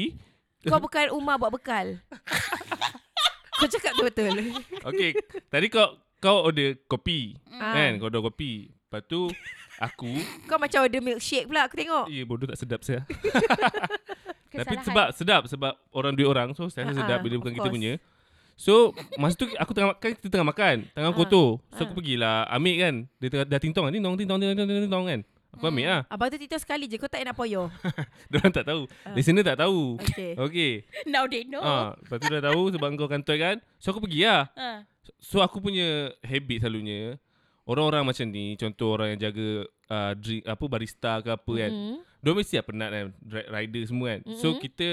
Speaker 3: Kau bukan Umar buat bekal. Kau cakap tu betul.
Speaker 2: Okey tadi kau kau order kopi
Speaker 1: Hmm.
Speaker 3: Ah.
Speaker 2: kan kau order kopi. Lepas tu aku
Speaker 3: Kau macam order milkshake pula, aku tengok.
Speaker 2: eh bodoh tak sedap saya. Tapi
Speaker 1: Kesalahan.
Speaker 2: sebab sedap sebab orang duit orang so saya
Speaker 3: Ah,
Speaker 2: rasa sedap
Speaker 3: ah,
Speaker 2: bila
Speaker 3: of
Speaker 2: bukan kita
Speaker 3: course.
Speaker 2: punya. So masa tu aku tengah makan kita tengah makan tengah
Speaker 3: Ah,
Speaker 2: kotor. So
Speaker 3: ah.
Speaker 2: aku pergilah ambil kan dia tengah dah tingtong ni nong tingtong tingtong tingtong, tingtong kan. Aku
Speaker 3: Hmm.
Speaker 2: ambil
Speaker 1: Hmm.
Speaker 2: lah
Speaker 3: Abang tu titah sekali je. Kau tak payah nak poyo.
Speaker 2: Diorang tak tahu
Speaker 3: Ah.
Speaker 2: Listener tak tahu
Speaker 3: Okay.
Speaker 2: Okay
Speaker 1: Now they know.
Speaker 2: Ah, Lepas tu dah tahu Sebab kau kantoi kan So aku pergi lah
Speaker 1: Ah.
Speaker 2: So aku punya habit selalunya Orang-orang macam ni Contoh orang yang jaga uh, drink, Apa barista ke apa
Speaker 3: Mm-hmm.
Speaker 2: kan
Speaker 3: Hmm.
Speaker 1: Mm.
Speaker 2: Diorang mesti dah penat kan ri- Rider semua kan mm-hmm. So kita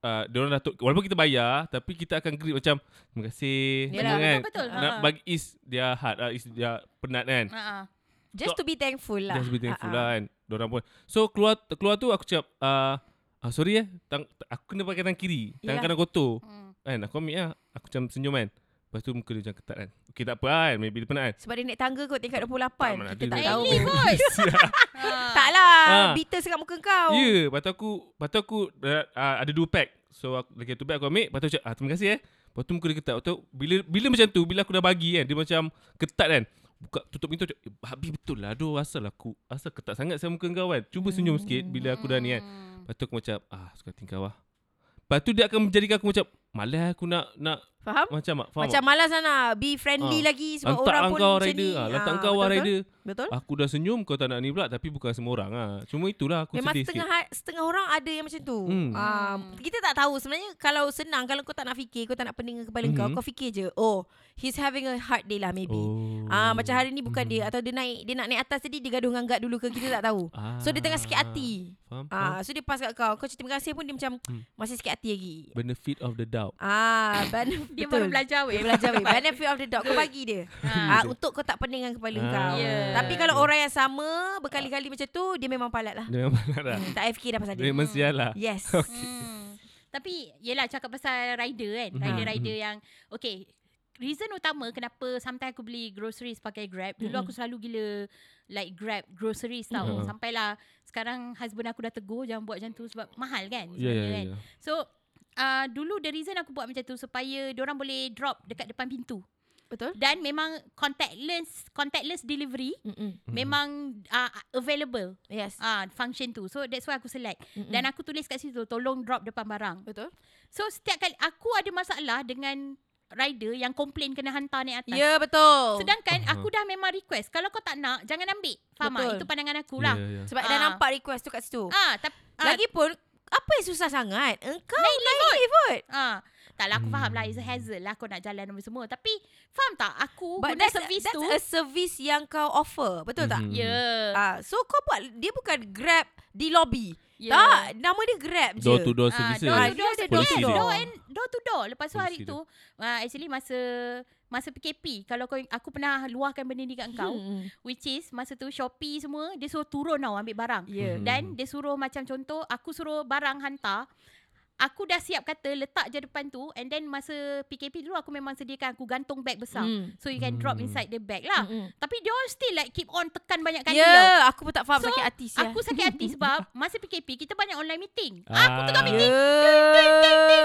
Speaker 2: uh, Diorang dah tu- Walaupun kita bayar Tapi kita akan greet macam Terima kasih
Speaker 3: Yelah,
Speaker 2: semua kan
Speaker 1: betul, betul.
Speaker 2: Nak
Speaker 1: Ah.
Speaker 2: bagi is Dia hard uh, Is dia penat kan
Speaker 1: Ah, ah.
Speaker 3: Just to be thankful lah.
Speaker 2: Just be thankful
Speaker 3: Ah,
Speaker 2: lah
Speaker 3: ah.
Speaker 2: kan Diorang pun So keluar keluar tu aku cakap uh, ah, Sorry eh tang, Aku kena pakai tangan kiri Tangan
Speaker 3: Yelah.
Speaker 2: kanan kotor
Speaker 3: Hmm.
Speaker 1: Mm.
Speaker 2: Kan aku ambil lah Aku macam senyum kan Lepas tu muka dia macam ketat kan Okay tak apa kan Maybe dia penat kan
Speaker 3: Sebab dia naik tangga kot tingkat 28.
Speaker 2: Tak, mana
Speaker 3: Kita
Speaker 2: ada.
Speaker 3: tak
Speaker 2: Eh,
Speaker 3: tahu.
Speaker 1: Daily kot. Ah.
Speaker 3: Tak lah.
Speaker 2: Ah.
Speaker 3: Bitter sangat muka kau.
Speaker 2: Ya yeah, Lepas tu aku Lepas tu aku uh, uh, Ada dua pack So aku, lagi satu pack aku ambil Lepas tu cakap ah, Terima kasih eh Lepas tu muka dia ketat Lepas tu bila, bila macam tu Bila aku dah bagi kan Dia macam ketat kan Buka tutup pintu cakap eh, Habis betul lah Aduh asal aku Asal ketat sangat saya muka kau kan Cuba senyum sikit Bila aku dah ni kan
Speaker 3: Hmm.
Speaker 1: Mm.
Speaker 2: Lepas tu aku macam Ah suka tingkah lah Lepas tu dia akan menjadikan aku macam Malah aku nak nak
Speaker 3: Faham?
Speaker 2: Macam mak, faham
Speaker 3: Macam malas lah nak be friendly
Speaker 2: Ah.
Speaker 3: lagi
Speaker 2: tak? Lantak
Speaker 3: sebab orang
Speaker 2: lah
Speaker 3: pun
Speaker 2: kau
Speaker 3: macam
Speaker 2: rider
Speaker 3: ni.
Speaker 2: ah, Lantak kau
Speaker 3: Ah,
Speaker 2: lah
Speaker 3: betul-betul.
Speaker 2: rider
Speaker 3: Betul?
Speaker 2: Aku dah senyum kau tak nak ni pula Tapi bukan semua orang lah Cuma itulah aku
Speaker 3: Memang
Speaker 2: sedih
Speaker 3: setengah
Speaker 2: sikit
Speaker 3: ha- setengah orang ada yang macam tu.
Speaker 2: Hmm.
Speaker 3: Hmm. Um, kita tak tahu sebenarnya kalau senang kalau kau tak nak fikir, kau tak nak pening kepala mm-hmm.
Speaker 2: Mhm.
Speaker 3: kau, kau fikir je, oh, he's having a hard day lah maybe. Oh. Ah macam hari ni bukan
Speaker 2: Hmm.
Speaker 3: dia atau dia naik dia nak naik atas tadi dia gaduh dengan guard dulu ke kita tak tahu.
Speaker 2: ah.
Speaker 3: So dia tengah sakit hati.
Speaker 2: Faham, faham.
Speaker 3: Ah so dia pass kat kau. Kau cakap terima kasih pun dia macam
Speaker 2: Hmm.
Speaker 3: masih sakit hati lagi.
Speaker 2: Benefit of the doubt
Speaker 3: Ah ben-
Speaker 1: Dia baru belajar
Speaker 3: Dia
Speaker 1: weh.
Speaker 3: belajar weh. Benefit of the doubt kau bagi dia.
Speaker 1: Ah.
Speaker 3: Ah untuk kau tak pening dengan kepala
Speaker 2: Ah.
Speaker 3: kau.
Speaker 1: Ya.
Speaker 3: Tapi kalau orang yang sama berkali-kali macam tu dia memang palat lah.
Speaker 2: Dia memang nak dah
Speaker 3: Hmm, tak payah fikir dah pasal
Speaker 2: Dia
Speaker 3: dia.
Speaker 2: memang sial lah
Speaker 3: Yes.
Speaker 1: Hmm. Tapi yelah cakap pasal rider kan.
Speaker 2: Mhm.
Speaker 1: Rider-rider yang okay. Reason utama kenapa sometimes aku beli groceries pakai Grab.
Speaker 2: Mhm.
Speaker 1: Dulu
Speaker 3: Mm-mm.
Speaker 1: aku selalu gila like Grab groceries tau.
Speaker 2: Mm-mm.
Speaker 1: Sampailah sekarang husband aku dah tegur jangan buat macam tu sebab mahal kan.
Speaker 2: Ya ya
Speaker 1: sebenarnya kan.
Speaker 2: ya
Speaker 1: So Uh, dulu the reason aku buat macam tu supaya orang boleh drop dekat depan pintu
Speaker 3: Betul?
Speaker 1: dan memang contactless contactless delivery
Speaker 3: Mm-mm.
Speaker 2: Mm.
Speaker 1: memang uh, available
Speaker 3: Yes.
Speaker 1: ah function tu so that's why aku select
Speaker 2: Mhm.
Speaker 3: Mm-mm.
Speaker 1: dan aku tulis kat situ tolong drop depan barang
Speaker 3: betul?
Speaker 1: So setiap kali aku ada masalah dengan rider yang complain kena hantar naik atas.
Speaker 3: Ya, yeah, betul.
Speaker 1: Sedangkan
Speaker 2: Faham.
Speaker 1: aku dah memang request kalau kau tak nak jangan ambil. Faham tak?
Speaker 3: Betul.
Speaker 1: Itu pandangan aku lah.
Speaker 2: Ya, ya.
Speaker 3: Sebab dah
Speaker 1: Ah.
Speaker 3: nampak request tu kat situ.
Speaker 1: Ah, tapi ah,
Speaker 3: Lagipun apa yang susah sangat? Engkau naik lift.
Speaker 1: ah. Taklah aku
Speaker 2: Hmm.
Speaker 1: faham lah It's a hassle lah Kau nak jalan apa semua Tapi Faham tak Aku
Speaker 3: But
Speaker 1: guna
Speaker 3: that's,
Speaker 1: servis
Speaker 3: that's
Speaker 1: tu
Speaker 3: a service yang kau offer. Betul tak?
Speaker 2: Mhm.
Speaker 1: Ya yeah.
Speaker 3: Ah, so kau buat dia bukan Grab di lobby.
Speaker 1: yeah.
Speaker 3: Tak, nama dia Grab je.
Speaker 2: Door to door
Speaker 1: ya. Ah,
Speaker 2: services
Speaker 1: door
Speaker 3: Ah,
Speaker 1: to
Speaker 3: dia ada door to
Speaker 2: Polisi
Speaker 1: Yes,
Speaker 2: dia.
Speaker 1: door and door to door. Lepas tu hari
Speaker 2: Polisi
Speaker 1: tu, uh, actually masa masa PKP, kalau kau aku pernah luahkan benda ni kat kau,
Speaker 3: Hmm.
Speaker 1: which is masa tu Shopee semua, dia suruh turun tau ambil barang.
Speaker 3: Ya.
Speaker 2: Mhm.
Speaker 1: Dan dia suruh macam contoh Aku suruh barang hantar Aku dah siap kata Letak je depan tu And then masa PKP dulu Aku memang sediakan Aku gantung bag besar
Speaker 3: Hmm.
Speaker 1: So you can drop
Speaker 2: Hmm.
Speaker 1: inside the bag lah
Speaker 3: Mm-mm.
Speaker 1: Tapi dia all still like Keep on tekan banyak
Speaker 3: Ya,
Speaker 1: kali tau
Speaker 3: aku pun tak faham
Speaker 1: So,
Speaker 3: sakit hati sia.
Speaker 1: Aku sakit hati sebab Masa PKP Kita banyak online meeting
Speaker 2: Ah.
Speaker 1: Aku tengah
Speaker 3: Ya.
Speaker 1: meeting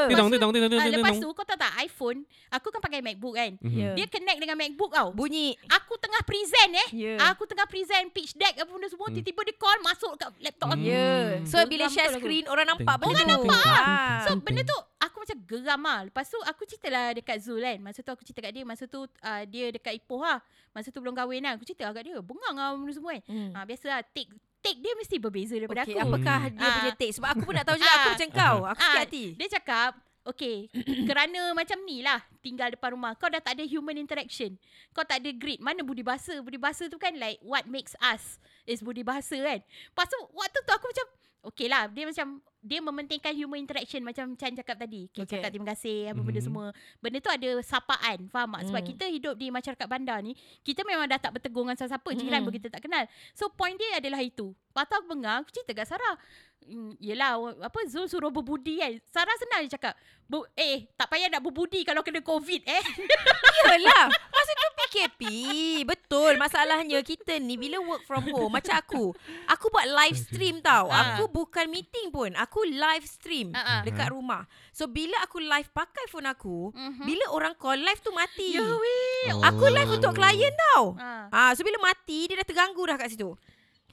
Speaker 2: Tentang tentang tentang
Speaker 1: Ah,
Speaker 2: tentang
Speaker 1: Lepas tu kau tahu tak iPhone Aku kan pakai MacBook kan
Speaker 2: Mhm.
Speaker 3: Ya.
Speaker 1: Dia connect dengan MacBook tau
Speaker 3: Bunyi.
Speaker 1: Aku tengah present eh
Speaker 3: Ya.
Speaker 1: Aku tengah present pitch deck apa benda semua
Speaker 2: Hmm.
Speaker 1: Tiba-tiba dia call masuk kat laptop
Speaker 2: Hmm.
Speaker 1: aku
Speaker 3: Ya. So
Speaker 1: Geram
Speaker 3: bila share
Speaker 1: betul aku.
Speaker 3: screen orang nampak
Speaker 2: Thank you.
Speaker 3: benda
Speaker 2: Orang
Speaker 3: tu.
Speaker 2: nampak.
Speaker 3: Ah.
Speaker 1: So benda tu aku macam geram lah. Lepas tu aku cerita lah dekat Zul kan. Masa tu aku cerita kat dia. Masa tu uh, dia dekat Ipoh lah. Masa tu belum kahwin lah. Aku cerita lah kat dia. Bengang lah benda semua kan.
Speaker 3: Hmm.
Speaker 1: Ha, biasa lah take, take dia mesti berbeza daripada
Speaker 3: Okay,
Speaker 1: aku.
Speaker 3: apakah
Speaker 2: Hmm.
Speaker 3: dia punya
Speaker 1: Ah.
Speaker 3: take? Sebab aku pun nak tahu juga aku
Speaker 1: Ah.
Speaker 3: macam kau. Aku
Speaker 1: Ah,
Speaker 3: sakit hati.
Speaker 1: Dia cakap Okay Kerana macam ni lah Tinggal depan rumah Kau dah tak ada human interaction Kau tak ada grid Mana budi bahasa Budi bahasa tu kan like What makes us Is budi bahasa kan Lepas tu Waktu tu aku macam Okay lah Dia macam Dia mementingkan human interaction Macam Chan cakap tadi okay,
Speaker 3: Okay.
Speaker 1: Cakap terima kasih Apa benda
Speaker 2: Mhm.
Speaker 1: semua Benda tu ada sapaan Faham tak? Sebab
Speaker 3: Mm.
Speaker 1: kita hidup di masyarakat bandar ni Kita memang dah tak bertegur dengan siapa-siapa
Speaker 3: Mm-mm.
Speaker 1: Jiran pun kita tak kenal So point dia adalah itu Lepas tu aku bengang Aku cerita kat Sarah Mm, yelah wa- apa Zul suruh berbudi kan. Sarah senang je cakap. Bu- eh, tak payah nak berbudi kalau kena COVID eh.
Speaker 3: Yalah lah. Masa tu PKP Betul Masalahnya kita ni Bila work from home Macam aku Aku buat live stream tau
Speaker 1: Ah.
Speaker 3: Aku bukan meeting pun Aku live stream
Speaker 1: Ah, ah.
Speaker 3: Dekat rumah So bila aku live Pakai phone aku
Speaker 1: Mhm.
Speaker 3: Bila orang call Live tu mati
Speaker 1: Ya weh.
Speaker 2: Oh.
Speaker 3: Aku live untuk klien tau
Speaker 1: Ha.
Speaker 3: Ah, So bila mati Dia dah terganggu dah kat situ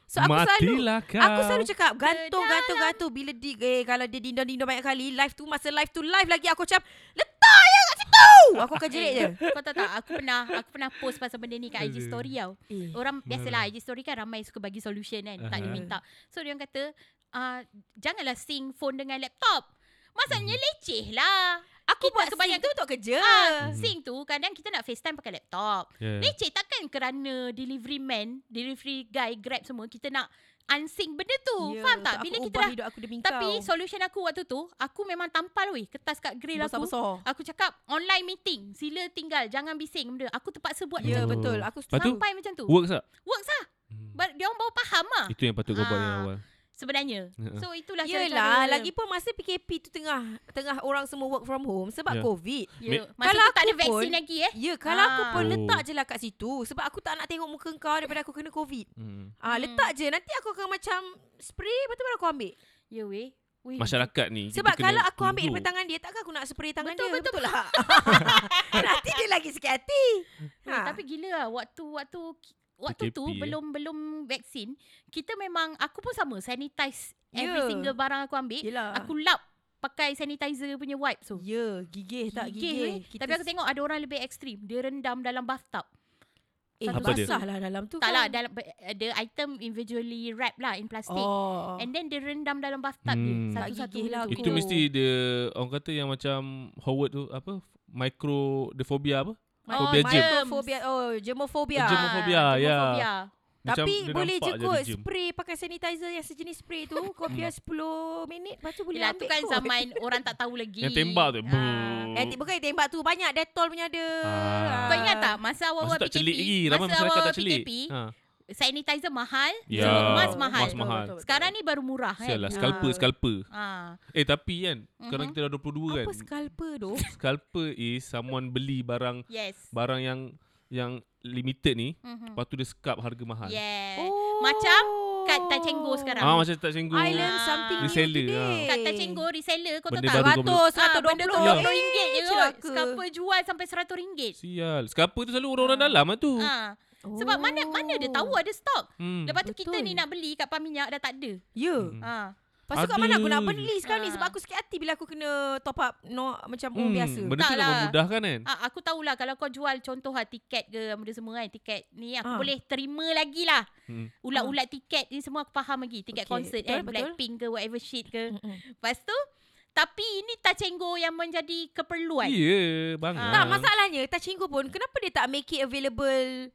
Speaker 3: So aku selalu
Speaker 2: Matilah lah kau
Speaker 3: Aku selalu cakap gantung gantung gantung bila di eh kalau dia dindong dindong banyak kali live tu masa live tu live lagi aku macam letak ya kat situ. Woo! Aku akan jerit je.
Speaker 1: Kau tahu tak Aku pernah Aku pernah post pasal benda ni Kat IG story tau
Speaker 3: Eh.
Speaker 1: Orang biasalah IG story kan Ramai suka bagi solution kan Tak
Speaker 2: Aha.
Speaker 1: diminta So dia orang kata uh, Janganlah sync phone dengan laptop Maksudnya leceh lah
Speaker 3: Aku
Speaker 1: Kita
Speaker 3: buat
Speaker 1: kebanyakan-
Speaker 3: kebanyakan tu untuk kerja.
Speaker 1: Ah, sync tu kadang kita nak FaceTime pakai laptop.
Speaker 2: Yeah.
Speaker 1: Leceh takkan kerana delivery man, delivery guy, Grab semua kita nak unsync benda tu.
Speaker 3: Ya,
Speaker 1: Yeah, Faham tak?
Speaker 3: aku
Speaker 1: Bila kita
Speaker 3: ubah
Speaker 1: dah
Speaker 3: hidup aku demi
Speaker 1: tapi
Speaker 3: kau.
Speaker 1: solution aku waktu tu, aku memang tampal weh kertas kat
Speaker 3: lah,
Speaker 1: grill aku.
Speaker 3: Besar-besar.
Speaker 1: Aku cakap online meeting, sila tinggal, jangan bising benda. Aku terpaksa buat
Speaker 3: Ya
Speaker 1: yeah.
Speaker 2: Oh.
Speaker 3: betul. Aku
Speaker 2: Lepas tu? Hmm.
Speaker 3: setuju.
Speaker 1: sampai macam tu.
Speaker 2: Works tak?
Speaker 1: Works lah. But dia orang baru faham lah
Speaker 2: Itu yang patut kau buat yang
Speaker 1: Ah.
Speaker 2: awal.
Speaker 1: sebenarnya.
Speaker 2: Ya.
Speaker 1: So itulah cara-cara.
Speaker 3: Yelah, lagi pun masa PKP tu tengah tengah orang semua work from home sebab
Speaker 2: Ya.
Speaker 3: COVID.
Speaker 1: Ya,
Speaker 3: Me-
Speaker 1: masa
Speaker 3: Kalau
Speaker 1: tu tak ada
Speaker 3: aku pun-
Speaker 1: vaksin lagi eh.
Speaker 3: Ya, kalau aku pun
Speaker 2: Ah.
Speaker 3: letak
Speaker 2: Oh.
Speaker 3: je lah kat situ sebab aku tak nak tengok muka kau daripada aku kena COVID.
Speaker 2: Hmm.
Speaker 3: Ah,
Speaker 1: Hmm.
Speaker 3: letak je. Nanti aku akan macam spray lepas tu baru aku ambil.
Speaker 1: Ya weh. Weh,
Speaker 2: Masyarakat ni kita
Speaker 3: Sebab
Speaker 2: kena
Speaker 3: kalau aku ambil
Speaker 2: tunduk.
Speaker 3: daripada tangan dia takkan aku nak spray tangan
Speaker 1: Betul,
Speaker 3: dia.
Speaker 1: betul,
Speaker 3: betul lah. Nanti dia lagi sakit hati. Eh,
Speaker 1: Ha. Tapi gila lah waktu waktu ki- waktu
Speaker 2: PKP,
Speaker 1: tu
Speaker 2: eh.
Speaker 1: belum belum vaksin, kita memang aku pun sama sanitize every
Speaker 3: Ya.
Speaker 1: single barang aku ambil.
Speaker 3: Yelah.
Speaker 1: Aku lap pakai sanitizer punya wipe tu.
Speaker 3: Ya,
Speaker 2: Eh,
Speaker 3: gigih tak
Speaker 1: Gigih,
Speaker 3: gigih.
Speaker 1: weh. Tapi aku tengok ada orang lebih ekstrim. Dia rendam dalam bathtub.
Speaker 3: eh,
Speaker 1: Apa
Speaker 2: dia?
Speaker 3: basah lah dalam tu.
Speaker 1: Tak
Speaker 3: kan.
Speaker 1: lah, dalam, ada item individually wrap lah in plastik.
Speaker 3: Oh.
Speaker 1: And then dia rendam dalam bathtub
Speaker 2: Hmm.
Speaker 1: hmm. dia.
Speaker 3: Tak
Speaker 1: Satu-satu
Speaker 3: gigih lah
Speaker 1: macam
Speaker 2: Itu
Speaker 1: tu.
Speaker 3: Aku-
Speaker 2: mesti dia Orang kata yang macam Howard tu Apa Micro The phobia apa
Speaker 1: Oh,
Speaker 2: phobia gym.
Speaker 3: Germophobia. Oh, germophobia.
Speaker 2: Ah, germophobia, ya.
Speaker 1: germophobia.
Speaker 2: Macam
Speaker 3: Tapi
Speaker 2: dia
Speaker 3: boleh je
Speaker 2: nampak
Speaker 3: kot
Speaker 2: dia gym. Hmm.
Speaker 3: spray pakai sanitizer yang sejenis spray tu. Kau biar 10 minit lepas tu boleh
Speaker 1: Yelah, tu
Speaker 3: ambil
Speaker 1: kan
Speaker 3: kot.
Speaker 1: zaman orang tak tahu lagi.
Speaker 2: Yang tembak tu
Speaker 1: Ah.
Speaker 3: Eh, ti- bukan tembak tu banyak Dettol punya ada.
Speaker 2: Ah.
Speaker 1: Kau ingat tak masa awal-awal
Speaker 2: Masa tak celik lagi
Speaker 1: PKP,
Speaker 2: Ramai
Speaker 1: masa
Speaker 2: masyarakat
Speaker 1: awal
Speaker 2: tak celik
Speaker 1: PKP,
Speaker 2: ha.
Speaker 1: sanitizer mahal,
Speaker 2: Ya
Speaker 1: yeah.
Speaker 2: Mas Mas
Speaker 1: mask mahal.
Speaker 2: mahal
Speaker 3: Betul, betul, betul.
Speaker 1: Sekarang ni baru murah kan.
Speaker 2: Sialah lah, Scalper
Speaker 3: Ah.
Speaker 2: Scalper
Speaker 1: Ah.
Speaker 2: Eh tapi kan Sekarang
Speaker 1: Mhm.
Speaker 2: kita dah 22 kan
Speaker 3: Apa scalper tu?
Speaker 2: Scalper is Someone beli barang
Speaker 1: Yes.
Speaker 2: Barang yang Yang limited ni
Speaker 1: Mhm.
Speaker 2: Lepas tu dia scalp harga mahal
Speaker 1: Yeah. Eh,
Speaker 3: Oh.
Speaker 1: Macam kat Tacenggo sekarang.
Speaker 2: Ah macam tak senggu
Speaker 3: I learn
Speaker 1: Ah.
Speaker 3: something new
Speaker 2: Reseller,
Speaker 3: today.
Speaker 1: Kat Tacenggo reseller kau tahu
Speaker 2: Benda
Speaker 1: tak?
Speaker 2: baru.
Speaker 3: 100,
Speaker 1: Ah, benda tu
Speaker 3: 120.
Speaker 2: Ya.
Speaker 1: RM20 yeah. je kot.
Speaker 3: celaka.
Speaker 1: Scalper jual sampai RM100.
Speaker 2: Sial Scalper tu selalu orang-orang dalam lah tu
Speaker 1: Ah. Sebab mana mana dia tahu ada stok.
Speaker 2: Hmm.
Speaker 1: Lepas tu kita
Speaker 3: Oh.
Speaker 1: ni
Speaker 3: Betul.
Speaker 1: nak beli kat pam minyak dah tak ada.
Speaker 3: Ya.
Speaker 2: Hmm.
Speaker 1: Ah.
Speaker 3: Lepas tu kat
Speaker 2: Ada.
Speaker 3: mana aku nak beli sekarang ni
Speaker 1: Ah.
Speaker 3: sebab aku sakit hati bila aku kena top up no, macam orang
Speaker 2: Hmm,
Speaker 3: biasa.
Speaker 2: Benda tu
Speaker 1: Tak
Speaker 2: nak
Speaker 1: lah.
Speaker 2: memudahkan kan
Speaker 1: Ah, aku tahulah kalau kau jual contoh lah tiket ke benda semua kan tiket ni aku
Speaker 3: Ah.
Speaker 1: boleh terima lagi lah.
Speaker 2: Hmm.
Speaker 1: Ulat-ulat tiket ni semua aku faham lagi. Tiket
Speaker 3: Okey,
Speaker 1: konsert
Speaker 3: betul,
Speaker 1: kan
Speaker 3: betul.
Speaker 1: Blackpink ke whatever shit ke.
Speaker 3: Mm-mm.
Speaker 1: Lepas tu tapi ini tacenggo yang menjadi keperluan.
Speaker 2: Ya yeah, bang
Speaker 1: Ah.
Speaker 3: Tak, masalahnya Tachingo pun kenapa dia tak make it available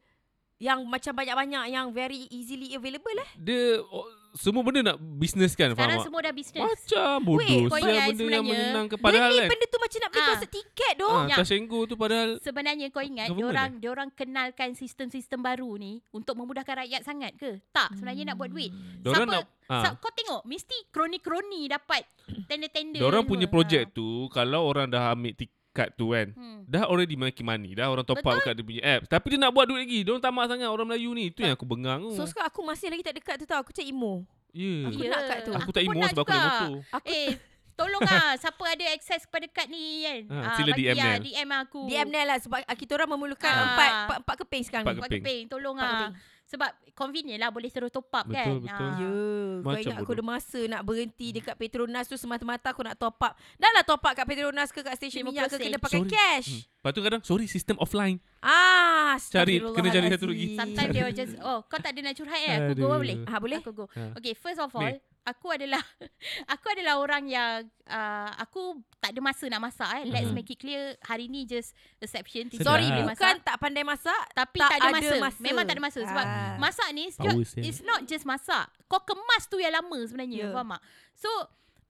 Speaker 3: yang macam banyak-banyak yang very easily available lah.
Speaker 2: Dia oh, Semua benda nak Business kan
Speaker 1: Sekarang
Speaker 2: faham tak?
Speaker 1: semua dah bisnes.
Speaker 2: Macam bodoh Sial
Speaker 1: kau ingat
Speaker 2: benda yang
Speaker 1: sebenarnya,
Speaker 2: menyenangkan Padahal
Speaker 3: Padahal benda,
Speaker 2: kan
Speaker 3: benda tu macam nak beli
Speaker 1: Ah.
Speaker 3: konsert tiket doh.
Speaker 2: ah,
Speaker 1: Ya.
Speaker 2: Tasenggo tu padahal
Speaker 1: Sebenarnya kau ingat
Speaker 2: Government
Speaker 1: diorang diorang kenalkan sistem-sistem baru ni untuk memudahkan rakyat sangat ke? Tak, sebenarnya nak buat duit.
Speaker 2: Diorang
Speaker 1: Siapa-
Speaker 2: nak ah,
Speaker 1: So, kau tengok mesti kroni-kroni dapat tender-tender.
Speaker 2: Diorang
Speaker 1: semua.
Speaker 2: punya
Speaker 1: Ah.
Speaker 2: projek tu Kalau orang dah ambil tiket tu kan
Speaker 1: Hmm.
Speaker 2: Dah already making money Dah orang top up kat dia punya app Tapi dia nak buat duit lagi Diorang tamak sangat orang Melayu ni
Speaker 1: Ah.
Speaker 2: Itu yang aku bengang tu
Speaker 3: So sekarang aku masih lagi tak dekat tu tau. Aku macam emo.
Speaker 2: Ya
Speaker 3: Aku nak kat tu.
Speaker 2: Aku tak
Speaker 1: pun
Speaker 2: emo
Speaker 1: nak
Speaker 2: sebab aku naik
Speaker 1: juga.
Speaker 2: motor Hmm.
Speaker 3: Aku
Speaker 1: Eh, tolong lah siapa ada akses kepada kad ni kan.
Speaker 2: Ha, sila
Speaker 1: bagi
Speaker 2: DM
Speaker 1: lah,
Speaker 2: Nel.
Speaker 1: DM aku.
Speaker 3: DM Nel lah sebab kita orang memerlukan
Speaker 1: Ah.
Speaker 3: empat, empat, empat keping sekarang
Speaker 2: Empat
Speaker 3: ni.
Speaker 1: Buat
Speaker 2: Keping.
Speaker 1: keping, tolong
Speaker 3: Empat
Speaker 1: lah.
Speaker 3: keping.
Speaker 1: Sebab convenient lah boleh terus top up
Speaker 2: Betul,
Speaker 1: kan.
Speaker 2: betul.
Speaker 1: Ah.
Speaker 3: Ya, kau
Speaker 2: Macam
Speaker 3: ingat aku
Speaker 2: bodoh.
Speaker 3: ada masa nak berhenti dekat Petronas tu semata-mata aku nak top up. Dah lah top up kat Petronas ke kat stesen
Speaker 1: 50
Speaker 3: minyak ke kena
Speaker 1: sen.
Speaker 3: pakai
Speaker 2: Sorry.
Speaker 3: cash.
Speaker 2: hmm. Lepas tu kadang Sorry sistem offline
Speaker 3: Ah,
Speaker 2: Cari- kena cari satu lagi.
Speaker 3: astagfirullahalazim.
Speaker 1: Sometimes they will just, oh kau tak ada nak curhat eh. Aku go
Speaker 2: Aduh.
Speaker 1: boleh?
Speaker 3: Ah, boleh?
Speaker 1: Aku go.
Speaker 2: Ha.
Speaker 1: Okay, first of
Speaker 2: Ni.
Speaker 1: all, aku adalah aku adalah orang yang uh, aku tak ada masa nak masak eh. Let's
Speaker 2: Mhm.
Speaker 1: make it clear hari ni just exception. Tidak
Speaker 3: Sorry,
Speaker 1: boleh
Speaker 2: Sedap.
Speaker 3: bukan tak pandai masak.
Speaker 1: Tapi
Speaker 3: Kan tak
Speaker 1: tak, ada,
Speaker 3: ada
Speaker 1: masa.
Speaker 3: masa.
Speaker 1: Memang tak ada masa sebab
Speaker 3: Ah.
Speaker 1: masak ni it's,
Speaker 2: Power
Speaker 1: ju-
Speaker 2: sale.
Speaker 1: it's not just masak. Kau kemas tu yang lama sebenarnya,
Speaker 3: Ya.
Speaker 1: yeah. faham tak? So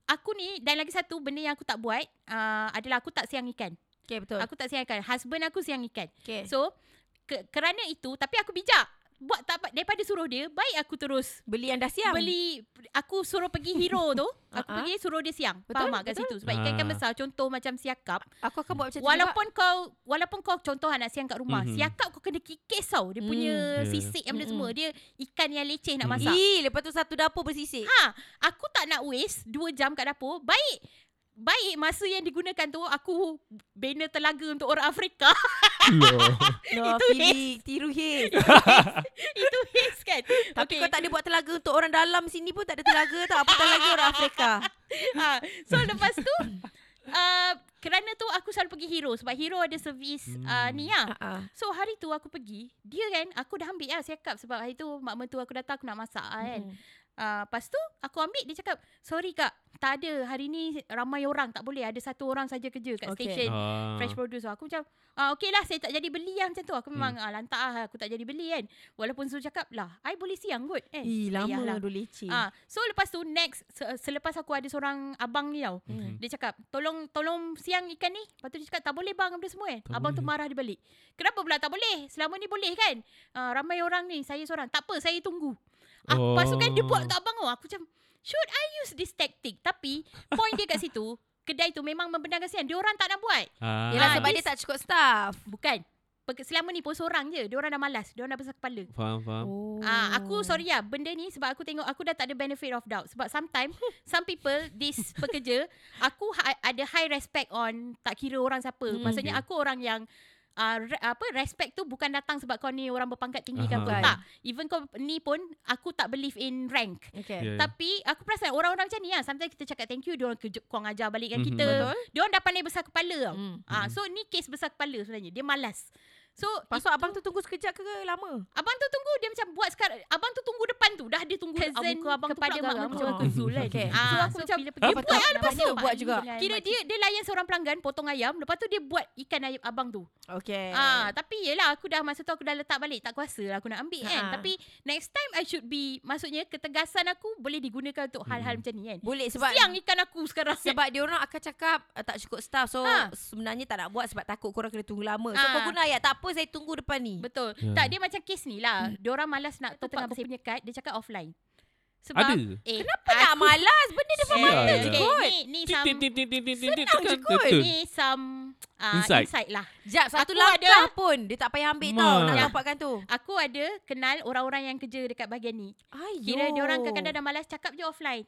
Speaker 1: aku ni dan lagi satu benda yang aku tak buat uh, adalah aku tak siang ikan.
Speaker 3: Okay, betul.
Speaker 1: Aku tak siang ikan. Husband aku siang ikan.
Speaker 3: okay.
Speaker 1: So ke- kerana itu tapi aku bijak. Buat tak apa- daripada suruh dia, baik aku terus
Speaker 3: Beli yang dah siang.
Speaker 1: beli aku suruh pergi hero tu, aku
Speaker 3: Ah, ah.
Speaker 1: pergi suruh dia siang. Faham
Speaker 3: Betul,
Speaker 1: tak kat
Speaker 3: betul.
Speaker 1: situ? Sebab ikan-ikan
Speaker 2: Ah.
Speaker 1: besar contoh macam siakap
Speaker 3: Aku akan buat macam tu
Speaker 1: Walaupun kau Walaupun kau contoh anak siang kat rumah
Speaker 2: Mhm.
Speaker 1: mm-hmm. Siakap kau kena kikis tau Dia punya
Speaker 2: Mm.
Speaker 1: mm.
Speaker 2: Ya.
Speaker 1: sisik yang benda
Speaker 3: Hmm. Mm-mm.
Speaker 1: semua Dia ikan yang leceh nak
Speaker 2: Mm.
Speaker 3: juga.
Speaker 1: masak
Speaker 3: Ih, lepas tu satu dapur bersisik.
Speaker 1: Ha Aku tak nak waste Dua jam kat dapur Baik Baik masa yang digunakan tu Aku bina telaga untuk orang Afrika
Speaker 3: No,
Speaker 1: Itu
Speaker 3: pilih, tiru his.
Speaker 1: Itu waste kan
Speaker 3: Tapi
Speaker 1: Okay.
Speaker 3: kau tak ada buat telaga untuk orang dalam sini pun
Speaker 1: Ah,
Speaker 3: tak ada telaga tau. Apatah lagi orang Afrika.
Speaker 1: ha. So lepas tu uh, Kerana tu aku selalu pergi Hero sebab Hero ada servis hmm. uh, ni lah.
Speaker 3: Uh-uh.
Speaker 1: So hari tu aku pergi, dia kan aku dah ambil lah siakap sebab hari tu mak mentua aku datang aku nak masak lah kan.
Speaker 3: Hmm.
Speaker 1: Hmm. Uh, lepas tu aku ambil dia cakap, "Sorry kak, tak ada. Hari ni ramai orang, tak boleh. Ada satu orang saja kerja kat okay.
Speaker 3: Okay.
Speaker 1: station."
Speaker 2: Ah.
Speaker 1: Fresh produce so, Aku macam ah, Okay lah saya tak jadi beli lah macam tu Aku memang hmm. ah, lantak lah Aku tak jadi beli kan Walaupun Zul cakap lah I boleh siang kot eh,
Speaker 3: Ih, lama
Speaker 1: Ayah
Speaker 3: lah. dulu leceh.
Speaker 1: Ah, so lepas tu next se- selepas aku ada seorang abang ni tau.
Speaker 2: Mhm.
Speaker 1: Mm. Dia cakap, "Tolong tolong siang ikan ni." Lepas tu dia cakap, "Tak boleh bang apa semua kan."
Speaker 2: Tak
Speaker 1: abang tu
Speaker 2: boleh.
Speaker 1: marah dia balik. "Kenapa pula tak boleh? Selama ni boleh kan?" Ah, ramai orang ni, saya seorang. Tak apa, saya tunggu. Ah, oh. Lepas tu kan dia buat untuk abang tu. Aku macam, "Should I use this tactic?" Tapi point dia kat situ, kedai tu memang membenarkan siang. Dia orang tak nak buat.
Speaker 2: Ah.
Speaker 3: Yelah
Speaker 1: Ah,
Speaker 3: sebab
Speaker 1: this-
Speaker 3: dia tak cukup staff.
Speaker 1: Bukan. Pe- Selama ni pun seorang je. Dia orang dah malas. Dia orang dah besar kepala.
Speaker 2: Faham, faham.
Speaker 3: Oh.
Speaker 1: Ah, aku sorry lah Benda ni sebab aku tengok Aku dah tak ada benefit of doubt Sebab sometimes Some people This pekerja Aku ha- ada high respect on Tak kira orang siapa
Speaker 3: Hmm.
Speaker 1: hmm, Maksudnya
Speaker 2: Okay.
Speaker 1: okay. aku orang yang Uh, re- apa respect tu bukan datang sebab kau ni orang berpangkat tinggi kan
Speaker 2: Aha.
Speaker 1: apa tak even kau ni pun aku tak believe in rank
Speaker 2: Yeah,
Speaker 3: Okay.
Speaker 2: yeah.
Speaker 1: tapi aku perasan orang-orang macam ni lah Sometimes kita cakap thank you Diorang kerja, kau ajar
Speaker 2: Mhm.
Speaker 1: balikkan mm-hmm. kita
Speaker 3: Betul.
Speaker 1: Diorang dah pandai besar kepala tau
Speaker 3: Hmm.
Speaker 1: ah, So ni kes besar kepala sebenarnya Dia malas So
Speaker 3: Lepas tu abang tu tunggu sekejap ke lama?
Speaker 1: Abang tu tunggu Dia macam buat sekarang Abang tu tunggu depan tu Dah dia tunggu
Speaker 3: Cousin
Speaker 1: ah, Muka abang tu
Speaker 3: kepada
Speaker 1: pula mak
Speaker 3: garam.
Speaker 1: mentua aku
Speaker 3: Oh.
Speaker 1: Zul kan
Speaker 3: Okay.
Speaker 1: ah, So aku macam
Speaker 4: bila
Speaker 1: dia
Speaker 4: pergi
Speaker 1: buat lah lepas tu
Speaker 3: buat juga.
Speaker 1: Kira dia dia layan seorang pelanggan Potong ayam Lepas tu dia buat ikan ayam abang tu
Speaker 3: Okay.
Speaker 1: ah, Tapi yelah Aku dah masa tu aku dah letak balik Tak kuasa lah aku nak ambil kan
Speaker 3: Ah.
Speaker 1: Tapi next time I should be Maksudnya ketegasan aku Boleh digunakan untuk
Speaker 3: Hmm.
Speaker 1: hal-hal macam ni kan
Speaker 3: Boleh sebab
Speaker 1: sebab Siang ikan aku sekarang
Speaker 3: sebab dia orang akan cakap "Ah, tak cukup staff so
Speaker 1: Ha.
Speaker 3: sebenarnya tak nak buat sebab takut korang kena tunggu lama. So
Speaker 1: Ha.
Speaker 3: kau guna ayat tak apa saya tunggu depan ni.
Speaker 1: Betul
Speaker 2: Ya.
Speaker 1: yeah. Tak dia macam kes ni lah hmm. Diorang malas nak
Speaker 3: Tempat
Speaker 1: Tengah
Speaker 3: kau-
Speaker 1: bersedia kad Dia cakap offline Sebab
Speaker 2: Ada.
Speaker 1: Eh,
Speaker 3: Kenapa nak Ah, malas? Benda depan
Speaker 2: Sial.
Speaker 3: mata je
Speaker 2: Okey.
Speaker 3: kot.
Speaker 1: Ni, ni
Speaker 2: Tik, tik,
Speaker 1: some
Speaker 2: tik, tik, tik, tik, tik,
Speaker 3: Senang
Speaker 2: tekan,
Speaker 3: je kot.
Speaker 2: betul.
Speaker 1: ni Oh, some
Speaker 2: Insight.
Speaker 1: uh, insight. insight lah.
Speaker 3: Jap, satu
Speaker 1: Aku
Speaker 3: langkah pun dia tak payah ambil tau nak
Speaker 2: Ma.
Speaker 3: nampakkan tu.
Speaker 1: Aku ada kenal orang-orang yang kerja dekat bahagian ni.
Speaker 3: Ayo.
Speaker 1: Kira dia orang kadang-kadang dah malas cakap je offline.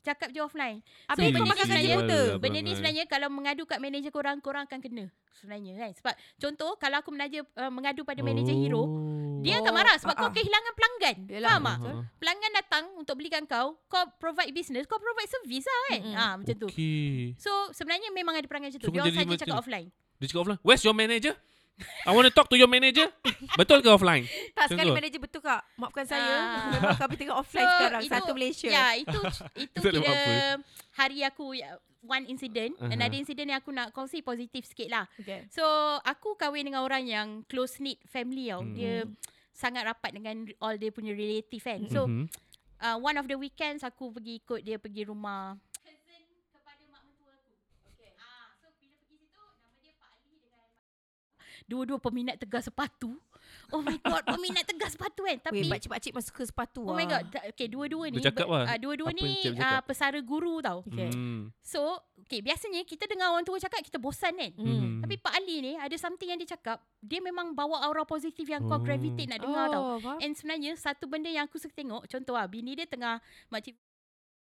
Speaker 1: Cakap je offline.
Speaker 3: Habis
Speaker 1: Sial.
Speaker 3: kau makan kerja
Speaker 1: Sial.
Speaker 3: buta.
Speaker 2: Abang
Speaker 1: Benda ni
Speaker 2: kan.
Speaker 1: sebenarnya kalau mengadu kat manager korang, korang akan kena. Sebenarnya kan. Sebab contoh kalau aku menaja, uh, mengadu pada manager hero, dia akan
Speaker 3: Oh,
Speaker 1: marah sebab
Speaker 3: ah-ah.
Speaker 1: kau kehilangan pelanggan.
Speaker 3: Yelah,
Speaker 1: Faham tak?
Speaker 2: betul.
Speaker 1: Pelanggan datang untuk belikan kau, kau provide business, kau provide service lah kan.
Speaker 3: Mm-mm.
Speaker 1: Ha, macam tu.
Speaker 2: Okey.
Speaker 1: So sebenarnya memang ada perangai macam
Speaker 2: So,
Speaker 1: tu.
Speaker 2: kau
Speaker 1: dia orang
Speaker 2: jadi
Speaker 1: saja
Speaker 2: macam-
Speaker 1: cakap offline.
Speaker 2: Dia cakap offline. Where's your manager? I want to talk to your manager. Betul ke offline?
Speaker 3: Tak sekali
Speaker 2: Tengok.
Speaker 3: manager betul kak. Maafkan saya.
Speaker 1: Ah.
Speaker 3: Memang kami tengah offline
Speaker 1: So,
Speaker 3: sekarang.
Speaker 1: itu-
Speaker 3: Satu Malaysia.
Speaker 1: Ya, itu itu
Speaker 2: Tak ada
Speaker 1: kira
Speaker 2: apa-apa.
Speaker 1: hari aku ya, one incident.
Speaker 2: Aha.
Speaker 1: Uh-huh. Another incident yang aku nak kongsi positif sikit lah.
Speaker 3: Okay.
Speaker 1: So, aku kahwin dengan orang yang close knit family tau.
Speaker 2: Hmm.
Speaker 1: Hmm. Dia sangat rapat dengan all dia punya relative kan. So,
Speaker 2: Mhm.
Speaker 1: uh, one of the weekends aku pergi ikut dia pergi rumah cousin kepada mak mentua aku. Okay. Ah, so bila pergi situ nama dia Pak Ali dengan dua-dua peminat tegar sepatu. Oh my god, peminat tegar sepatu kan. Tapi
Speaker 3: Weh, pakcik-pakcik masuk ke sepatu
Speaker 1: Oh my god.
Speaker 3: lah.
Speaker 1: Ta- Okay, dua-dua ni.
Speaker 2: Bercakap
Speaker 1: ber-
Speaker 2: lah.
Speaker 1: ah, dua-dua
Speaker 2: Apa
Speaker 1: ni
Speaker 2: yang cik bercakap?
Speaker 1: uh, pesara guru tau.
Speaker 3: Okay.
Speaker 2: Mm.
Speaker 1: So, okay, biasanya kita dengar orang tua cakap kita bosan kan.
Speaker 3: Hmm.
Speaker 2: Mhm.
Speaker 1: Tapi Pak Ali ni ada something yang dia cakap, dia memang bawa aura positif yang kau
Speaker 2: Oh.
Speaker 1: gravitate nak dengar tau. Eh,
Speaker 3: oh, faham.
Speaker 1: And sebenarnya satu benda yang aku suka tengok, contoh lah, bini dia tengah makcik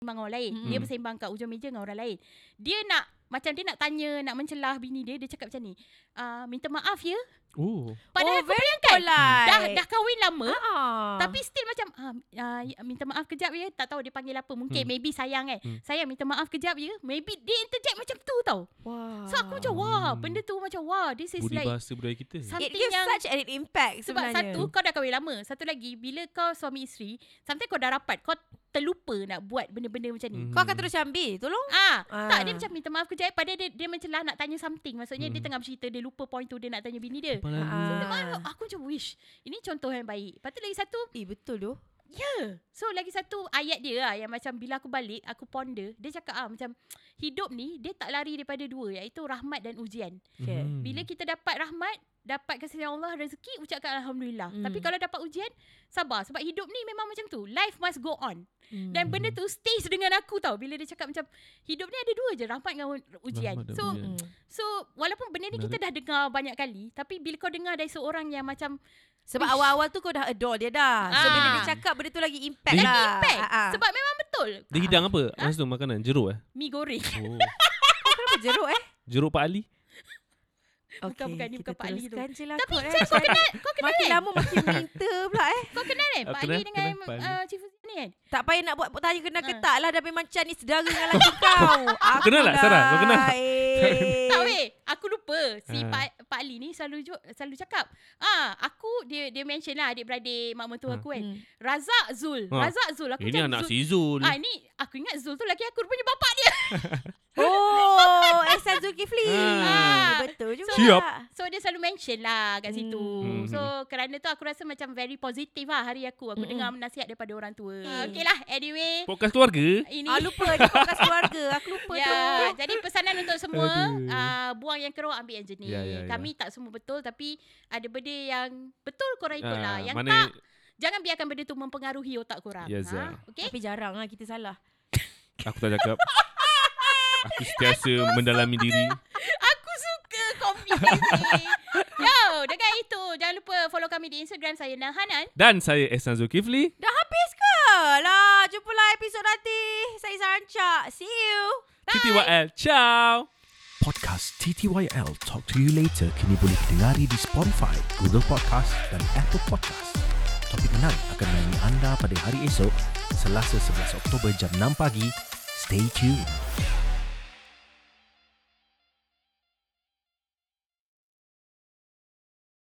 Speaker 1: sembang orang lain.
Speaker 3: Mm.
Speaker 2: Hmm.
Speaker 1: Dia bersembang kat ujung meja dengan orang lain. Dia nak macam dia nak tanya, nak mencelah bini dia, dia cakap macam ni. Ah, minta maaf ya.
Speaker 2: Oh.
Speaker 1: Padahal
Speaker 3: Oh,
Speaker 1: aku bayangkan
Speaker 3: Polite.
Speaker 1: dah dah kahwin lama,
Speaker 3: Ah.
Speaker 1: tapi still macam ah, ah, ya, minta maaf kejap ya. Tak tahu dia panggil apa. Mungkin
Speaker 2: Hmm.
Speaker 1: hmm. maybe sayang kan.
Speaker 2: Hmm.
Speaker 1: Hmm. Sayang minta maaf kejap ya. Maybe dia interject macam tu tau.
Speaker 3: Wah.
Speaker 1: So aku macam wah,
Speaker 2: Hmm.
Speaker 1: benda tu macam wah, this is
Speaker 2: Budi
Speaker 1: like
Speaker 2: bahasa budaya kita.
Speaker 3: It
Speaker 1: something
Speaker 3: gives
Speaker 1: yang
Speaker 3: such an impact
Speaker 1: sebab
Speaker 3: sebenarnya.
Speaker 1: satu kau dah kahwin lama, satu lagi bila kau suami isteri, sometimes kau dah rapat, kau terlupa nak buat benda-benda macam ni.
Speaker 2: Mhm.
Speaker 3: Kau akan terus ambil. Tolong.
Speaker 1: Ah,
Speaker 3: Ah.
Speaker 1: tak dia macam minta maaf kejap pada dia dia mencelah nak tanya something. Maksudnya dia
Speaker 2: Hmm.
Speaker 1: tengah bercerita dia lupa point tu dia nak tanya bini dia.
Speaker 2: Kepala ni.
Speaker 3: Ah.
Speaker 1: Aku macam wish. Ini contoh yang baik. Lepas tu lagi satu
Speaker 3: Eh, betul tu.
Speaker 1: Ya. So lagi satu ayat dia lah yang macam bila aku balik, aku ponder. Dia cakap ah macam hidup ni dia tak lari daripada dua iaitu rahmat dan ujian.
Speaker 3: Okay.
Speaker 2: Mhm.
Speaker 1: Bila kita dapat rahmat, dapat kasih sayang Allah, rezeki, ucapkan Alhamdulillah.
Speaker 3: Hmm.
Speaker 1: Tapi kalau dapat ujian, sabar. Sebab hidup ni memang macam tu. Life must go on.
Speaker 3: Hmm.
Speaker 1: Dan benda tu stays dengan aku tau. Bila dia cakap macam, hidup ni ada dua je, rahmat dengan ujian.
Speaker 2: Rahmat dan
Speaker 1: so,
Speaker 2: ujian.
Speaker 3: Hmm.
Speaker 1: so walaupun benda ni kita dah dengar banyak kali, tapi bila kau dengar dari seorang yang macam
Speaker 3: Sebab awal-awal tu kau dah adore dia dah. So,
Speaker 1: Ah.
Speaker 3: bila dia cakap benda tu lagi impact
Speaker 2: Lagi
Speaker 3: lah.
Speaker 1: impact.
Speaker 3: Ah, ah.
Speaker 1: Sebab memang betul. Ah,
Speaker 2: Dia hidang apa? Masa tu makanan jeruk eh.
Speaker 1: Mi goreng.
Speaker 2: Oh.
Speaker 3: Kenapa jeruk eh?
Speaker 2: Jeruk Pak Ali.
Speaker 1: Bukan, bukan, ni bukan
Speaker 3: kita
Speaker 1: Pak Ali tu.
Speaker 3: teruskan je lah
Speaker 1: Tapi
Speaker 3: kot, eh.
Speaker 1: Chai kau kenal Kau kenal
Speaker 3: Makin
Speaker 1: kan
Speaker 3: lama makin minta pula eh.
Speaker 1: Kau kenal kan
Speaker 2: Aku
Speaker 1: Pak
Speaker 2: kenal,
Speaker 1: Ali dengan
Speaker 2: kenal Pak Ali.
Speaker 1: uh, Cik Fuzia ni kan
Speaker 3: Tak payah nak buat tanya kenal
Speaker 1: Ha.
Speaker 3: ke tak lah. Dah memang macam ni sedara dengan laki kau. Aku
Speaker 2: Kenal tak, Sarah? Kau kenal tak?
Speaker 3: Eh.
Speaker 1: Tak weh, aku lupa si
Speaker 2: Ah.
Speaker 1: Pak, Pak Ali ni selalu ju- selalu cakap. Ah, aku dia dia mention lah adik-beradik mak mentua
Speaker 2: Ah.
Speaker 1: aku kan.
Speaker 3: Hmm.
Speaker 1: Razak Zul.
Speaker 2: Ah.
Speaker 1: Razak Zul aku
Speaker 2: Ini
Speaker 1: macam
Speaker 2: anak
Speaker 1: Zul.
Speaker 2: si Zul.
Speaker 1: Ah ni aku ingat Zul tu laki aku rupanya bapak dia.
Speaker 3: Oh, Ehsan Zulkifli.
Speaker 2: Ah.
Speaker 3: Betul juga.
Speaker 2: Siap.
Speaker 1: So dia selalu mention lah kat situ.
Speaker 2: Hmm.
Speaker 1: So kerana tu aku rasa macam very positive lah hari aku. Aku
Speaker 3: Mm-mm.
Speaker 1: dengar nasihat daripada orang tua. Ah, okay lah anyway.
Speaker 2: Podcast keluarga.
Speaker 1: Ini
Speaker 3: Ah, lupa dia podcast keluarga. Aku lupa
Speaker 1: ya,
Speaker 3: tu.
Speaker 1: jadi pesanan untuk semua
Speaker 2: Aduh.
Speaker 1: uh, buang yang keruh ambil yang jernih.
Speaker 2: Ya, ya, ya.
Speaker 1: Kami tak semua betul tapi ada benda yang betul korang ikut
Speaker 2: Ah,
Speaker 1: lah. Yang
Speaker 2: mana-
Speaker 1: tak jangan biarkan benda tu mempengaruhi otak korang. Ah,
Speaker 2: Ya, Zah.
Speaker 1: Okay?
Speaker 3: Tapi jarang lah kita salah.
Speaker 2: Aku tak cakap. Aku sentiasa mendalami diri.
Speaker 1: Aku suka confidence ni. Yo, dengan itu jangan lupa follow kami di Instagram saya Nang Hanan.
Speaker 2: Dan saya Ehsan Zulkifli.
Speaker 3: Dah habis ke? Lah, jumpalah episod nanti. Saya Sarancak. See you.
Speaker 2: TTYL. Ciao.
Speaker 5: Podcast TTYL Talk To You Later kini boleh didengari di Spotify, Google Podcast dan Apple Podcast. Topik menarik akan melayani anda pada hari esok, Selasa 11 Oktober jam 6 pagi. Stay tuned.